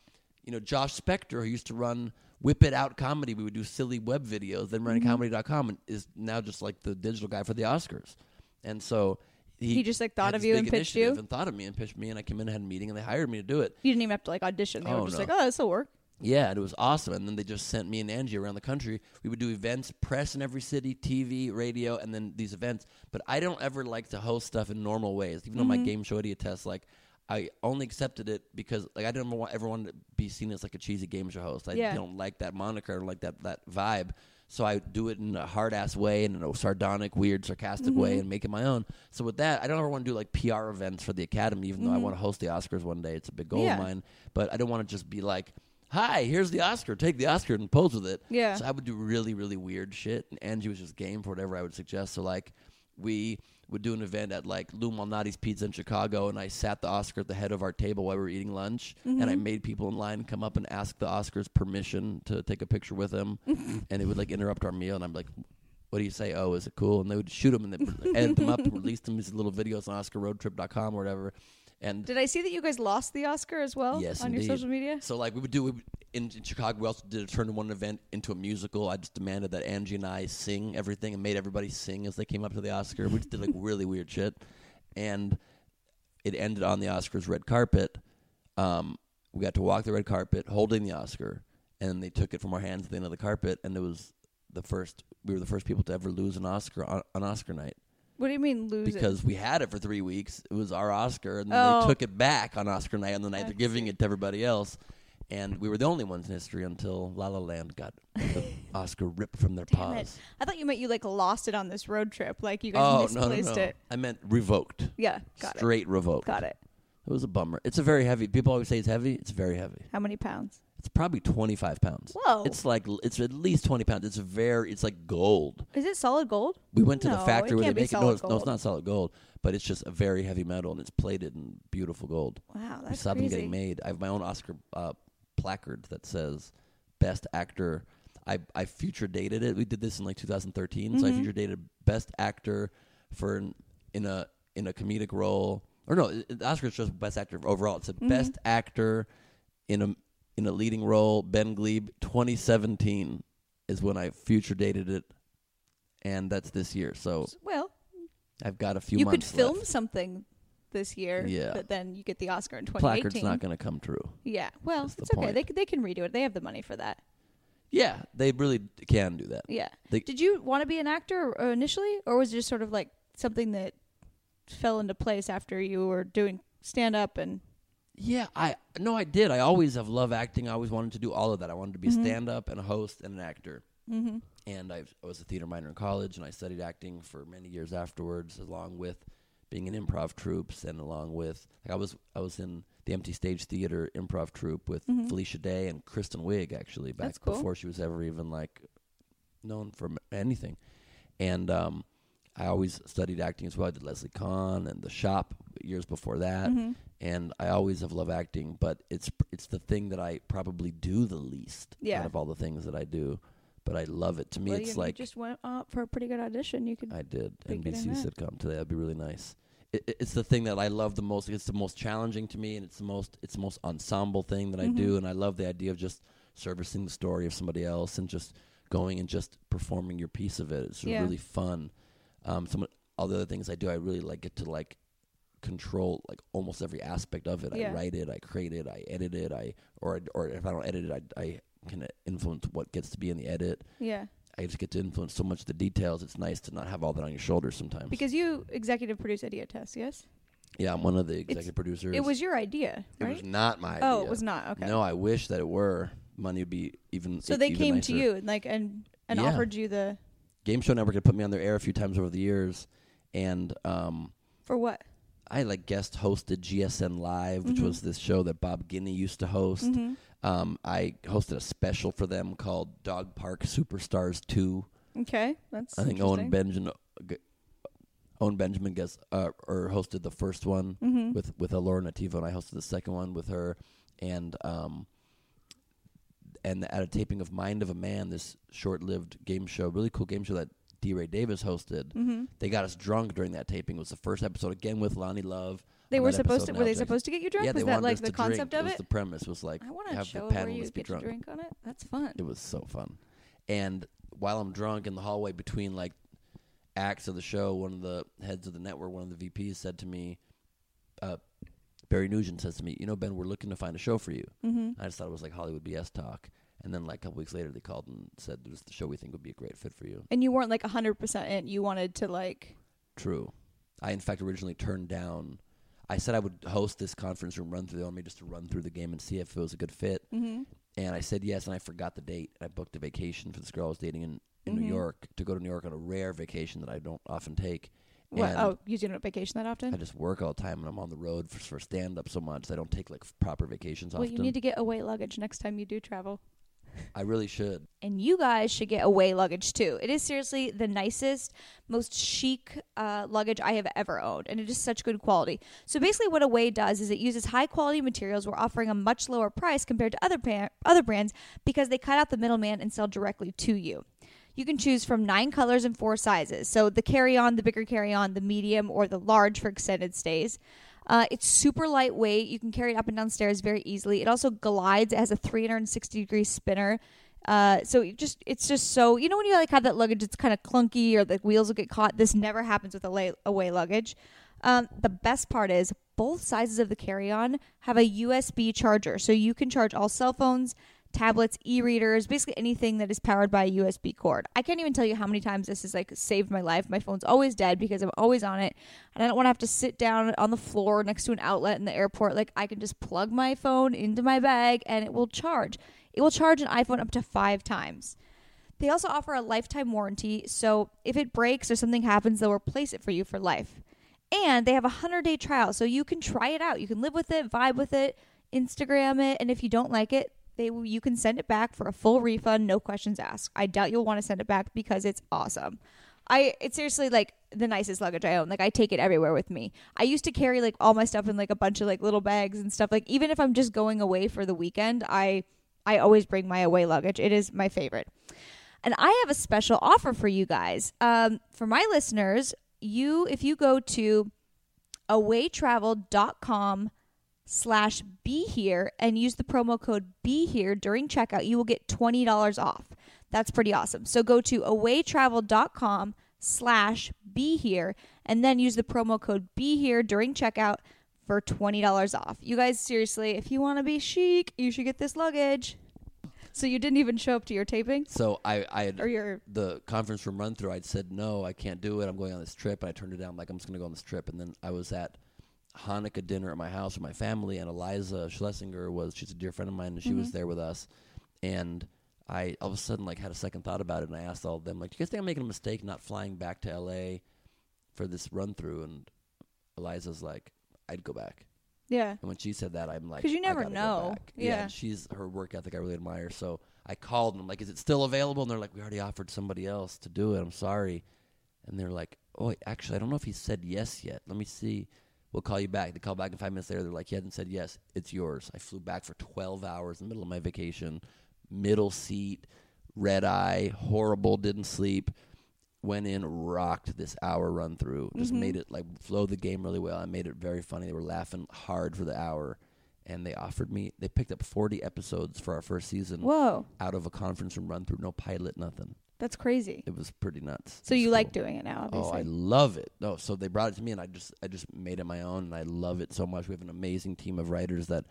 Speaker 2: you know, Josh Spector, who used to run Whip It Out Comedy, we would do silly web videos, then
Speaker 1: Mm-hmm.
Speaker 2: running comedy.com, and is now just like the digital guy for the Oscars. And so he,
Speaker 1: He just, like, thought
Speaker 2: had
Speaker 1: of
Speaker 2: this
Speaker 1: you
Speaker 2: big
Speaker 1: and pitched
Speaker 2: initiative
Speaker 1: you?
Speaker 2: and thought of me and pitched me, and I came in and had a meeting, and they hired me to do it.
Speaker 1: You didn't even have to like audition. They
Speaker 2: Oh,
Speaker 1: were just
Speaker 2: no.
Speaker 1: like, oh, this will work.
Speaker 2: Yeah, and it was awesome. And then they just sent me and Angie around the country. We would do events, press in every city, TV, radio, and then these events. But I don't ever like to host stuff in normal ways. Even on my game show idiot test, like I only accepted it because like I didn't want everyone to be seen as like a cheesy game show host. I
Speaker 1: Yeah.
Speaker 2: don't like that moniker, I don't like that that vibe. So I do it in a hard ass way and in a sardonic, weird, sarcastic way and make it my own. So with that, I don't ever want to do like PR events for the Academy, even though I want to host the Oscars one day. It's a big goal
Speaker 1: Yeah.
Speaker 2: of mine. But I don't want to just be like, hi, here's the Oscar. Take the Oscar and pose with it.
Speaker 1: Yeah.
Speaker 2: So I would do really, really weird shit. And Angie was just game for whatever I would suggest. So like we would do an event at like Lou Malnati's Pizza in Chicago and I sat the Oscar at the head of our table while we were eating lunch and I
Speaker 1: Mm-hmm.
Speaker 2: made people in line come up and ask the Oscars permission to take a picture with him and it would like interrupt our meal and I'm like what do you say? Oh, is it cool? And they would shoot him and then edit them up and release them as little videos on OscarRoadTrip.com or whatever. And
Speaker 1: Did I see that you guys lost the Oscar as well
Speaker 2: Yes,
Speaker 1: on
Speaker 2: indeed.
Speaker 1: your social media?
Speaker 2: So like we would do we would- in, in Chicago. We also did a turn one event into a musical. I just demanded that Angie and I sing everything and made everybody sing as they came up to the Oscar. We just did like really weird shit, and it ended on the Oscars red carpet. Um, we got to walk the red carpet holding the Oscar, and they took it from our hands at the end of the carpet, and it was the first. We were the first people to ever lose an Oscar on, on Oscar night
Speaker 1: What do you mean lose it?
Speaker 2: because we had it for three weeks. It was our Oscar, and then
Speaker 1: Oh.
Speaker 2: they took it back on Oscar night, and the night
Speaker 1: I
Speaker 2: they're giving it to everybody else. And we were the only ones in history until La La Land got the Oscar ripped from their
Speaker 1: Damn it.
Speaker 2: paws.
Speaker 1: I thought you meant you like lost it on this road trip. Like you
Speaker 2: Oh
Speaker 1: guys
Speaker 2: no, no,
Speaker 1: misplaced
Speaker 2: no!
Speaker 1: it.
Speaker 2: I meant revoked.
Speaker 1: Yeah, got
Speaker 2: Straight
Speaker 1: it.
Speaker 2: revoked.
Speaker 1: Got it.
Speaker 2: It was a bummer. It's a very heavy. People always say it's heavy. It's very heavy.
Speaker 1: How many pounds?
Speaker 2: It's probably twenty five pounds.
Speaker 1: Whoa.
Speaker 2: It's like it's at least twenty pounds. It's very. It's like gold.
Speaker 1: Is it solid gold?
Speaker 2: We went to
Speaker 1: No,
Speaker 2: the
Speaker 1: it
Speaker 2: factory where
Speaker 1: can't
Speaker 2: they
Speaker 1: be
Speaker 2: make it. No,
Speaker 1: solid
Speaker 2: it's, no, it's
Speaker 1: gold.
Speaker 2: not solid gold, but it's just a very heavy metal, and it's plated in beautiful gold.
Speaker 1: Wow,
Speaker 2: I
Speaker 1: that's
Speaker 2: saw them
Speaker 1: crazy.
Speaker 2: getting made. I have my own Oscar uh, placard that says Best Actor. I, I future dated it. We did this in like 2013, so I
Speaker 1: Mm-hmm.
Speaker 2: future dated Best Actor for an, in a in a comedic role. Or no, it- it- the Oscar's just Best Actor overall. It's a
Speaker 1: Mm-hmm.
Speaker 2: Best Actor in a in a leading role. Ben Glebe, 2017 is when I future dated it, and that's this year. So
Speaker 1: Well,
Speaker 2: I've got a few
Speaker 1: you could
Speaker 2: months
Speaker 1: film
Speaker 2: left.
Speaker 1: something this year,
Speaker 2: Yeah.
Speaker 1: but then you get the Oscar in 2018.
Speaker 2: Placard's not going to come true.
Speaker 1: yeah, well,
Speaker 2: That's the
Speaker 1: it's okay.
Speaker 2: point.
Speaker 1: They c- they can redo it. They have the money for that.
Speaker 2: Yeah, they really can do that.
Speaker 1: Yeah.
Speaker 2: They-
Speaker 1: Did you want to be an actor uh, initially, or was it just sort of like something that fell into place after you were doing stand up and
Speaker 2: Yeah, I no, I did. I always have loved acting. I always wanted to do all of that. I wanted to be
Speaker 1: Mm-hmm.
Speaker 2: a stand up and a host and an actor. Mm-hmm. And I've, I was a theater minor in college, and I studied acting for many years afterwards, along with being in improv troops, and along with like I was I was in the Empty Stage Theater improv troupe with Felicia Day and Kristen Wiig actually back
Speaker 1: Mm-hmm. That's cool.
Speaker 2: before she was ever even like known for m- anything. And um, I always studied acting as well. I did Leslie Kahn and The Shop years before that,
Speaker 1: mm-hmm.
Speaker 2: and I always have loved acting. But it's it's the thing that I probably do the least
Speaker 1: Yeah.
Speaker 2: out of all the things that I do. But I love it. To me,
Speaker 1: Well,
Speaker 2: it's
Speaker 1: you,
Speaker 2: like
Speaker 1: you just went up for a pretty good audition. You could
Speaker 2: I did
Speaker 1: Pretty good
Speaker 2: NBC
Speaker 1: in that.
Speaker 2: sitcom today. That'd be really nice. It, it- it's the thing that I love the most. It's the most challenging to me, and it's the most it's the most ensemble thing that I do.
Speaker 1: Mm-hmm.
Speaker 2: And I love the idea of just servicing the story of somebody else and just going and just performing your piece of it. It's
Speaker 1: Yeah.
Speaker 2: really fun. Um, some of- all the other things I do, I really like get to like control like almost every aspect of it.
Speaker 1: Yeah.
Speaker 2: I write it, I create it, I edit it, I or or if I don't edit it, I I can influence what gets to be in the edit.
Speaker 1: yeah,
Speaker 2: I just get to influence so much of the details. It's nice to not have all that on your shoulders sometimes.
Speaker 1: because you executive produce Idiot Test, yes?
Speaker 2: yeah, I'm one of the executive producers.
Speaker 1: It was your idea,
Speaker 2: It
Speaker 1: right?
Speaker 2: was not my idea.
Speaker 1: oh, it was not okay.
Speaker 2: No, I wish that it were. Money would be even.
Speaker 1: so they
Speaker 2: even
Speaker 1: came
Speaker 2: nicer.
Speaker 1: to you and like and and
Speaker 2: Yeah.
Speaker 1: offered you the
Speaker 2: Game Show Network had put me on their air a few times over the years, and um,
Speaker 1: for what?
Speaker 2: I like guest hosted GSN Live,
Speaker 1: Mm-hmm.
Speaker 2: which was this show that Bob Guinea used to host. Um, I hosted a special for them called Dog Park Superstars Two.
Speaker 1: Okay, that's
Speaker 2: I think Owen
Speaker 1: interesting.
Speaker 2: Benjamin, Owen Benjamin guest uh, or hosted the first one
Speaker 1: Mm-hmm.
Speaker 2: with with Laura Nativo, and I hosted the second one with her, and um, and at a taping of Mind of a Man, this short-lived game show, really cool game show that
Speaker 1: Mm-hmm.
Speaker 2: D. Ray Davis hosted. They got us drunk during that taping. It was the first episode again with Lonnie Love.
Speaker 1: They
Speaker 2: on
Speaker 1: were
Speaker 2: that
Speaker 1: supposed to.
Speaker 2: episode
Speaker 1: Were they
Speaker 2: now, Jason.
Speaker 1: supposed to get you drunk?
Speaker 2: yeah,
Speaker 1: was
Speaker 2: they
Speaker 1: that
Speaker 2: wanted
Speaker 1: like
Speaker 2: us
Speaker 1: the
Speaker 2: to drink.
Speaker 1: concept
Speaker 2: That
Speaker 1: of
Speaker 2: was
Speaker 1: it?
Speaker 2: The premise was like,
Speaker 1: I want to
Speaker 2: have
Speaker 1: show
Speaker 2: the
Speaker 1: where you
Speaker 2: panelists be
Speaker 1: get to
Speaker 2: drunk.
Speaker 1: drink on it. That's fun.
Speaker 2: It was so fun. And while I'm drunk in the hallway between like acts of the show, one of the heads of the network, one of the VPs said to me, uh, Barry Nugent says to me, You know, Ben, we're looking to find a show for you.
Speaker 1: Mm-hmm.
Speaker 2: I just thought it was like Hollywood BS talk. And then like a couple weeks later, they called and said, This is the show we think would be a great fit for you.
Speaker 1: And you weren't like hundred percent in. You wanted to like.
Speaker 2: True. I, in fact, originally turned down. I said I would host this conference room run through. They wanted me just to run through the game and see if it was a good fit.
Speaker 1: Mm-hmm.
Speaker 2: and I said yes, and I forgot the date, and I booked a vacation for this girl I was dating in, in
Speaker 1: Mhm.
Speaker 2: New York to go to New York on a rare vacation that I don't often take.
Speaker 1: What?
Speaker 2: And
Speaker 1: Oh, you do not vacation that
Speaker 2: I
Speaker 1: often?
Speaker 2: just work all the time, and I'm on the road for, for stand up so much. I don't take like f- proper vacations
Speaker 1: Well,
Speaker 2: often.
Speaker 1: you need to get away luggage next time you do travel.
Speaker 2: I really should.
Speaker 1: and you guys should get away luggage too. It is seriously the nicest, most chic uh, luggage I have ever owned, and it is such good quality. So basically, what Away does is it uses high quality materials. We're offering a much lower price compared to other pa- other brands because they cut out the middleman and sell directly to you. You can choose from nine colors and four sizes. So the carry on, the bigger carry on, the medium, or the large for extended stays. Uh, it's super lightweight. You can carry it up and downstairs very easily. It also glides. It has a 360 degree spinner. Uh, so it just it's just so you know when you like have that luggage it's kind of clunky or the wheels will get caught. This never happens with a lay- away luggage. Um, the best part is both sizes of the carry-on have a USB charger, so you can charge all cell phones, tablets, e-readers, basically anything that is powered by a USB cord. I can't even tell you how many times this has like saved my life. My phone's always dead because I'm always on it, and I don't want to have to sit down on the floor next to an outlet in the airport. Like I can just plug my phone into my bag and it will charge. It will charge an iPhone up to 5 times. They also offer a lifetime warranty, so if it breaks or something happens, they'll replace it for you for life. And they have a 100 day trial, so you can try it out. You can live with it, vibe with it, Instagram it, and if you don't like it, they you can send it back for a full refund, no questions asked. I doubt you'll want to send it back because it's awesome. I it's seriously like the nicest luggage I own. Like I take it everywhere with me. I used to carry like all my stuff in like a bunch of like little bags and stuff. Like even if I'm just going away for the weekend, I I always bring my away luggage. It is my favorite. And I have a special offer for you guys. Um, for my listeners, you if you go to awaytravel.com slash be here and use the promo code be here during checkout, you will get $20 off. That's pretty awesome. So go to awaytravel.com slash be here and then use the promo code be here during checkout for $20 off. You guys, seriously, if you want to be chic, you should get this luggage. So you didn't even show up to your taping?
Speaker 2: So I, I had
Speaker 1: Or your
Speaker 2: the conference room run through. I'd said no, I can't do it. I'm going on this trip, and I turned it down. Like I'm just going to go on this trip. And then I was at Hanukkah dinner at my house with my family, and Eliza Schlesinger was she's a dear friend of mine, and she was there with us. And I all of a sudden like had a second thought about it, and I asked all of them like, "Do you guys think I'm making a mistake not flying back to L.A. for this run through?" And Eliza's like, "I'd go back."
Speaker 1: yeah.
Speaker 2: And when she said that, I'm like,
Speaker 1: 'Cause you
Speaker 2: I
Speaker 1: never
Speaker 2: gotta go
Speaker 1: know.
Speaker 2: back.
Speaker 1: Yeah.
Speaker 2: and she's her work ethic I really admire. So I called and I'm like, is it still available? And they're like, we already offered somebody else to do it. I'm sorry. And they're like, oh, wait, actually, I don't know if he said yes yet. Let me see. We'll call you back. They call back in five minutes later. They're like, he hasn't said yes. It's yours. I flew back for 12 hours in the middle of my vacation, middle seat, red eye, horrible, didn't sleep. Went in, rocked this hour run through. Just
Speaker 1: Mhm.
Speaker 2: made it like flowed the game really well. I made it very funny. They were laughing hard for the hour, and they offered me. They picked up 40 episodes for our first season
Speaker 1: Whoa,
Speaker 2: out of a conference room run through. No pilot, nothing.
Speaker 1: that's crazy.
Speaker 2: It was pretty nuts.
Speaker 1: So
Speaker 2: It was
Speaker 1: you
Speaker 2: cool.
Speaker 1: like doing it now,
Speaker 2: Oh, I
Speaker 1: obviously.
Speaker 2: love it. No, so they brought it to me, and I just I just made it my own, and I love it so much. We have an amazing team of writers that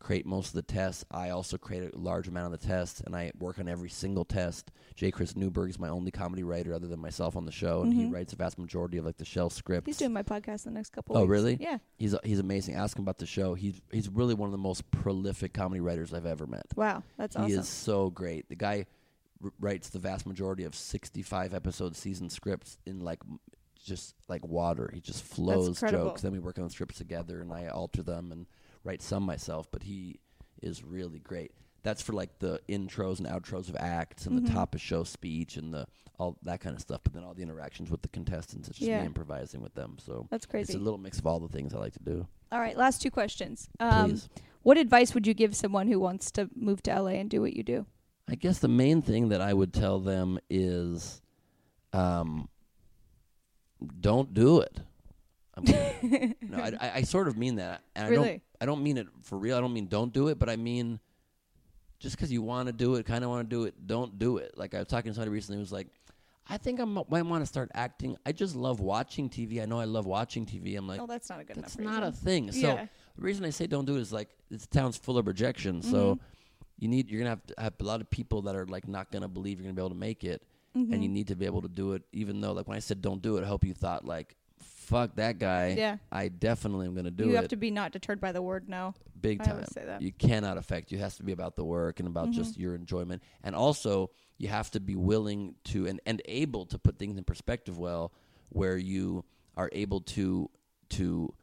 Speaker 2: create most of the tests. I also create a large amount of the tests, and I work on every single test. J. Chris Newberg is my only comedy writer other than myself on the show, and he
Speaker 1: Mhm.
Speaker 2: writes the vast majority of like the shell scripts.
Speaker 1: He's doing my podcast the next couple
Speaker 2: Oh,
Speaker 1: weeks.
Speaker 2: really?
Speaker 1: Yeah.
Speaker 2: he's he's amazing. Ask him about the show. He's he's really one of the most prolific comedy writers I've ever met.
Speaker 1: Wow, that's
Speaker 2: he
Speaker 1: awesome.
Speaker 2: is so great. The guy r- writes the vast majority of 65 episode season scripts in like m- just like water. He just flows
Speaker 1: incredible.
Speaker 2: jokes. Then we work on the scripts together, and I alter them and write some myself. But he is really great. That's for like the intros and outros of acts and the
Speaker 1: Mhm.
Speaker 2: top of show speech and the all that kind of stuff. But then all the interactions with the contestants, it's just
Speaker 1: Yeah.
Speaker 2: me improvising with them. So
Speaker 1: That's
Speaker 2: it's a
Speaker 1: crazy.
Speaker 2: little mix of all the things I like to do.
Speaker 1: All right, last two questions. Um,
Speaker 2: Please.
Speaker 1: what advice would you give someone who wants to move to LA and do what you do?
Speaker 2: I guess the main thing that I would tell them is, um, don't do it. I'm kidding. no, I, I, I sort of mean that, and I don't.
Speaker 1: Really?
Speaker 2: I don't mean it for real. I don't mean don't do it, but I mean just because you want to do it, kind of want to do it, don't do it. Like I was talking to somebody recently who was like, "I think I m- might want to start acting. I just love watching TV. I know I love watching TV. I'm like,
Speaker 1: oh, that's not a good
Speaker 2: that's
Speaker 1: enough
Speaker 2: not a
Speaker 1: reason.
Speaker 2: thing. So
Speaker 1: Yeah.
Speaker 2: the reason I say don't do it is like this town's full of rejection.
Speaker 1: Mm-hmm.
Speaker 2: So you need you're gonna have to have a lot of people that are like not gonna believe you're gonna be able to make it,
Speaker 1: Mm-hmm.
Speaker 2: and you need to be able to do it. Even though like when I said don't do it, I hope you thought like fuck that guy.
Speaker 1: Yeah.
Speaker 2: I definitely am gonna do
Speaker 1: you
Speaker 2: it
Speaker 1: have to be not deterred by the word no.
Speaker 2: big
Speaker 1: I
Speaker 2: time.
Speaker 1: always say that.
Speaker 2: You cannot affect. You has to be about the work and about just your enjoyment, and also you have to be willing to and, and able to put things in perspective. Well, where you are able to to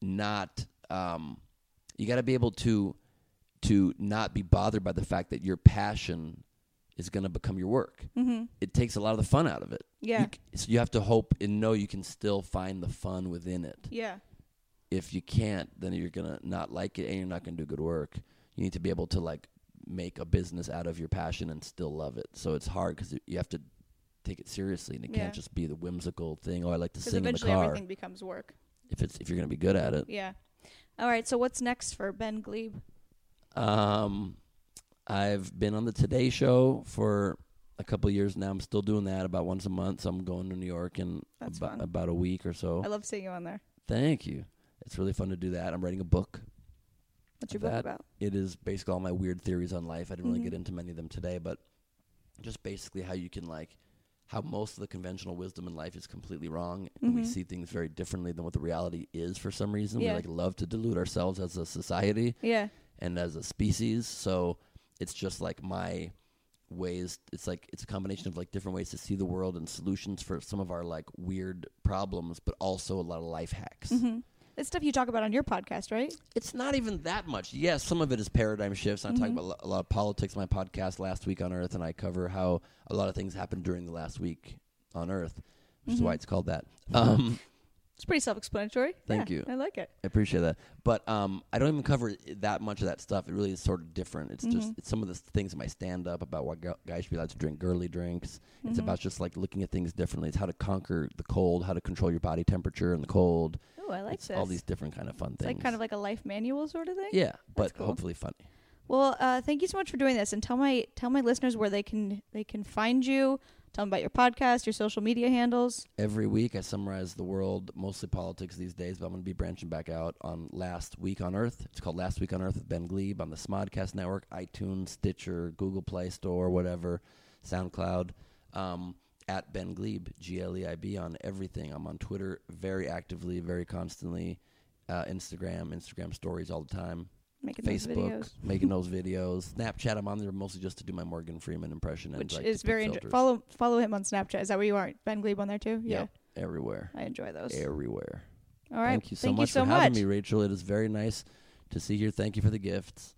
Speaker 2: not um, you got to be able to to not be bothered by the fact that your passion is going to become your work. Mm-hmm. It takes a lot of the fun out of it.
Speaker 1: Yeah.
Speaker 2: You c- so you have to hope and know you can still find the fun within it
Speaker 1: Yeah.
Speaker 2: if you can't, then you're gonna not like it and you're not gonna do good work. You need to be able to like make a business out of your passion and still love it. So it's hard because you have to take it seriously, and it
Speaker 1: Yeah.
Speaker 2: can't just be the whimsical thing. Oh, I like to
Speaker 1: Because
Speaker 2: sing in the
Speaker 1: eventually
Speaker 2: car.
Speaker 1: everything becomes work.
Speaker 2: If it's if you're gonna be good at it,
Speaker 1: Yeah. All right. So what's next for Ben Glebe?
Speaker 2: um, I've been on the Today Show for a couple years now. I'm still doing that about once a month. So I'm going to New York in
Speaker 1: That's
Speaker 2: abo-
Speaker 1: fun.
Speaker 2: about a week or so.
Speaker 1: I love seeing you on there.
Speaker 2: Thank you. It's really fun to do that. I'm writing a book.
Speaker 1: What's your
Speaker 2: That-
Speaker 1: book about?
Speaker 2: it is basically all my weird theories on life. I didn't really
Speaker 1: Mhm.
Speaker 2: get into many of them today, but just basically how you can like how most of the conventional wisdom in life is completely wrong and we
Speaker 1: Mhm.
Speaker 2: see things very differently than what the reality is for some reason.
Speaker 1: Yeah.
Speaker 2: We like love to delude ourselves as a society
Speaker 1: Yeah.
Speaker 2: and as a species. So it's just like my ways it's like it's a combination of like different ways to see the world and solutions for some of our like weird problems but also a lot of life hacks
Speaker 1: hmm It's stuff you talk about on your podcast, right?
Speaker 2: it's not even that much. Yes, some of it is paradigm shifts. and I
Speaker 1: Mm-hmm.
Speaker 2: talk about a lot of politics. in My podcast last week on Earth, and I cover how a lot of things happened during the last week on Earth,
Speaker 1: Mm-hmm.
Speaker 2: which is why it's called that. Um,
Speaker 1: It's pretty self-explanatory.
Speaker 2: Thank
Speaker 1: Yeah,
Speaker 2: you.
Speaker 1: I like it.
Speaker 2: I appreciate that, but um, I don't even cover i- that much of that stuff. It really is sort of different. It's
Speaker 1: Mm-hmm.
Speaker 2: just it's some of the things in my stand up about why gu- guys should be allowed to drink girly drinks.
Speaker 1: Mm-hmm.
Speaker 2: It's about just like looking at things differently. It's how to conquer the cold, how to control your body temperature in the cold.
Speaker 1: Oh, I like
Speaker 2: it's
Speaker 1: this.
Speaker 2: all these different kind of fun
Speaker 1: it's
Speaker 2: things.
Speaker 1: like kind of like a life manual sort of thing.
Speaker 2: yeah, but
Speaker 1: cool.
Speaker 2: hopefully funny.
Speaker 1: Well, uh, thank you so much for doing this, and tell my tell my listeners where they can they can find you. Tell them about your podcast, your social media handles.
Speaker 2: every week I summarize the world, mostly politics these days, but I'm going to be branching back out on Last Week on Earth. It's called Last Week on Earth with Ben Glebe on the Smodcast Network, iTunes, Stitcher, Google Play Store, whatever, SoundCloud. Um, at Ben Glebe, G L E I B, on everything. I'm on Twitter very actively, very constantly. Uh, Instagram, Instagram stories all the time.
Speaker 1: Making those
Speaker 2: Facebook,
Speaker 1: videos,
Speaker 2: making those videos. Snapchat, I'm on there mostly just to do my Morgan Freeman impression. And
Speaker 1: which
Speaker 2: like
Speaker 1: is
Speaker 2: to put
Speaker 1: very
Speaker 2: filters.
Speaker 1: interesting. Follow follow him on Snapchat. Is that where you are? Ben Glebe on there too.
Speaker 2: Yep, everywhere.
Speaker 1: Yeah, I enjoy those.
Speaker 2: Everywhere.
Speaker 1: All right,
Speaker 2: Thank you so much for having me, Rachel. It is very nice to see you. Thank you for the gifts.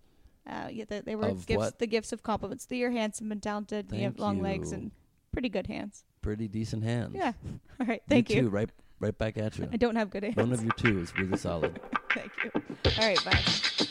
Speaker 1: Uh, yeah, they, they were
Speaker 2: Of
Speaker 1: gifts,
Speaker 2: what?
Speaker 1: the gifts of compliments. That you're handsome and talented. and you have
Speaker 2: Thank
Speaker 1: long legs
Speaker 2: you.
Speaker 1: and pretty good hands.
Speaker 2: Pretty decent hands.
Speaker 1: Yeah. All right. Thank
Speaker 2: you.
Speaker 1: you.
Speaker 2: Too. Right, right back at you.
Speaker 1: I don't have good hands.
Speaker 2: One of you two is really solid.
Speaker 1: Thank you. All right. Bye.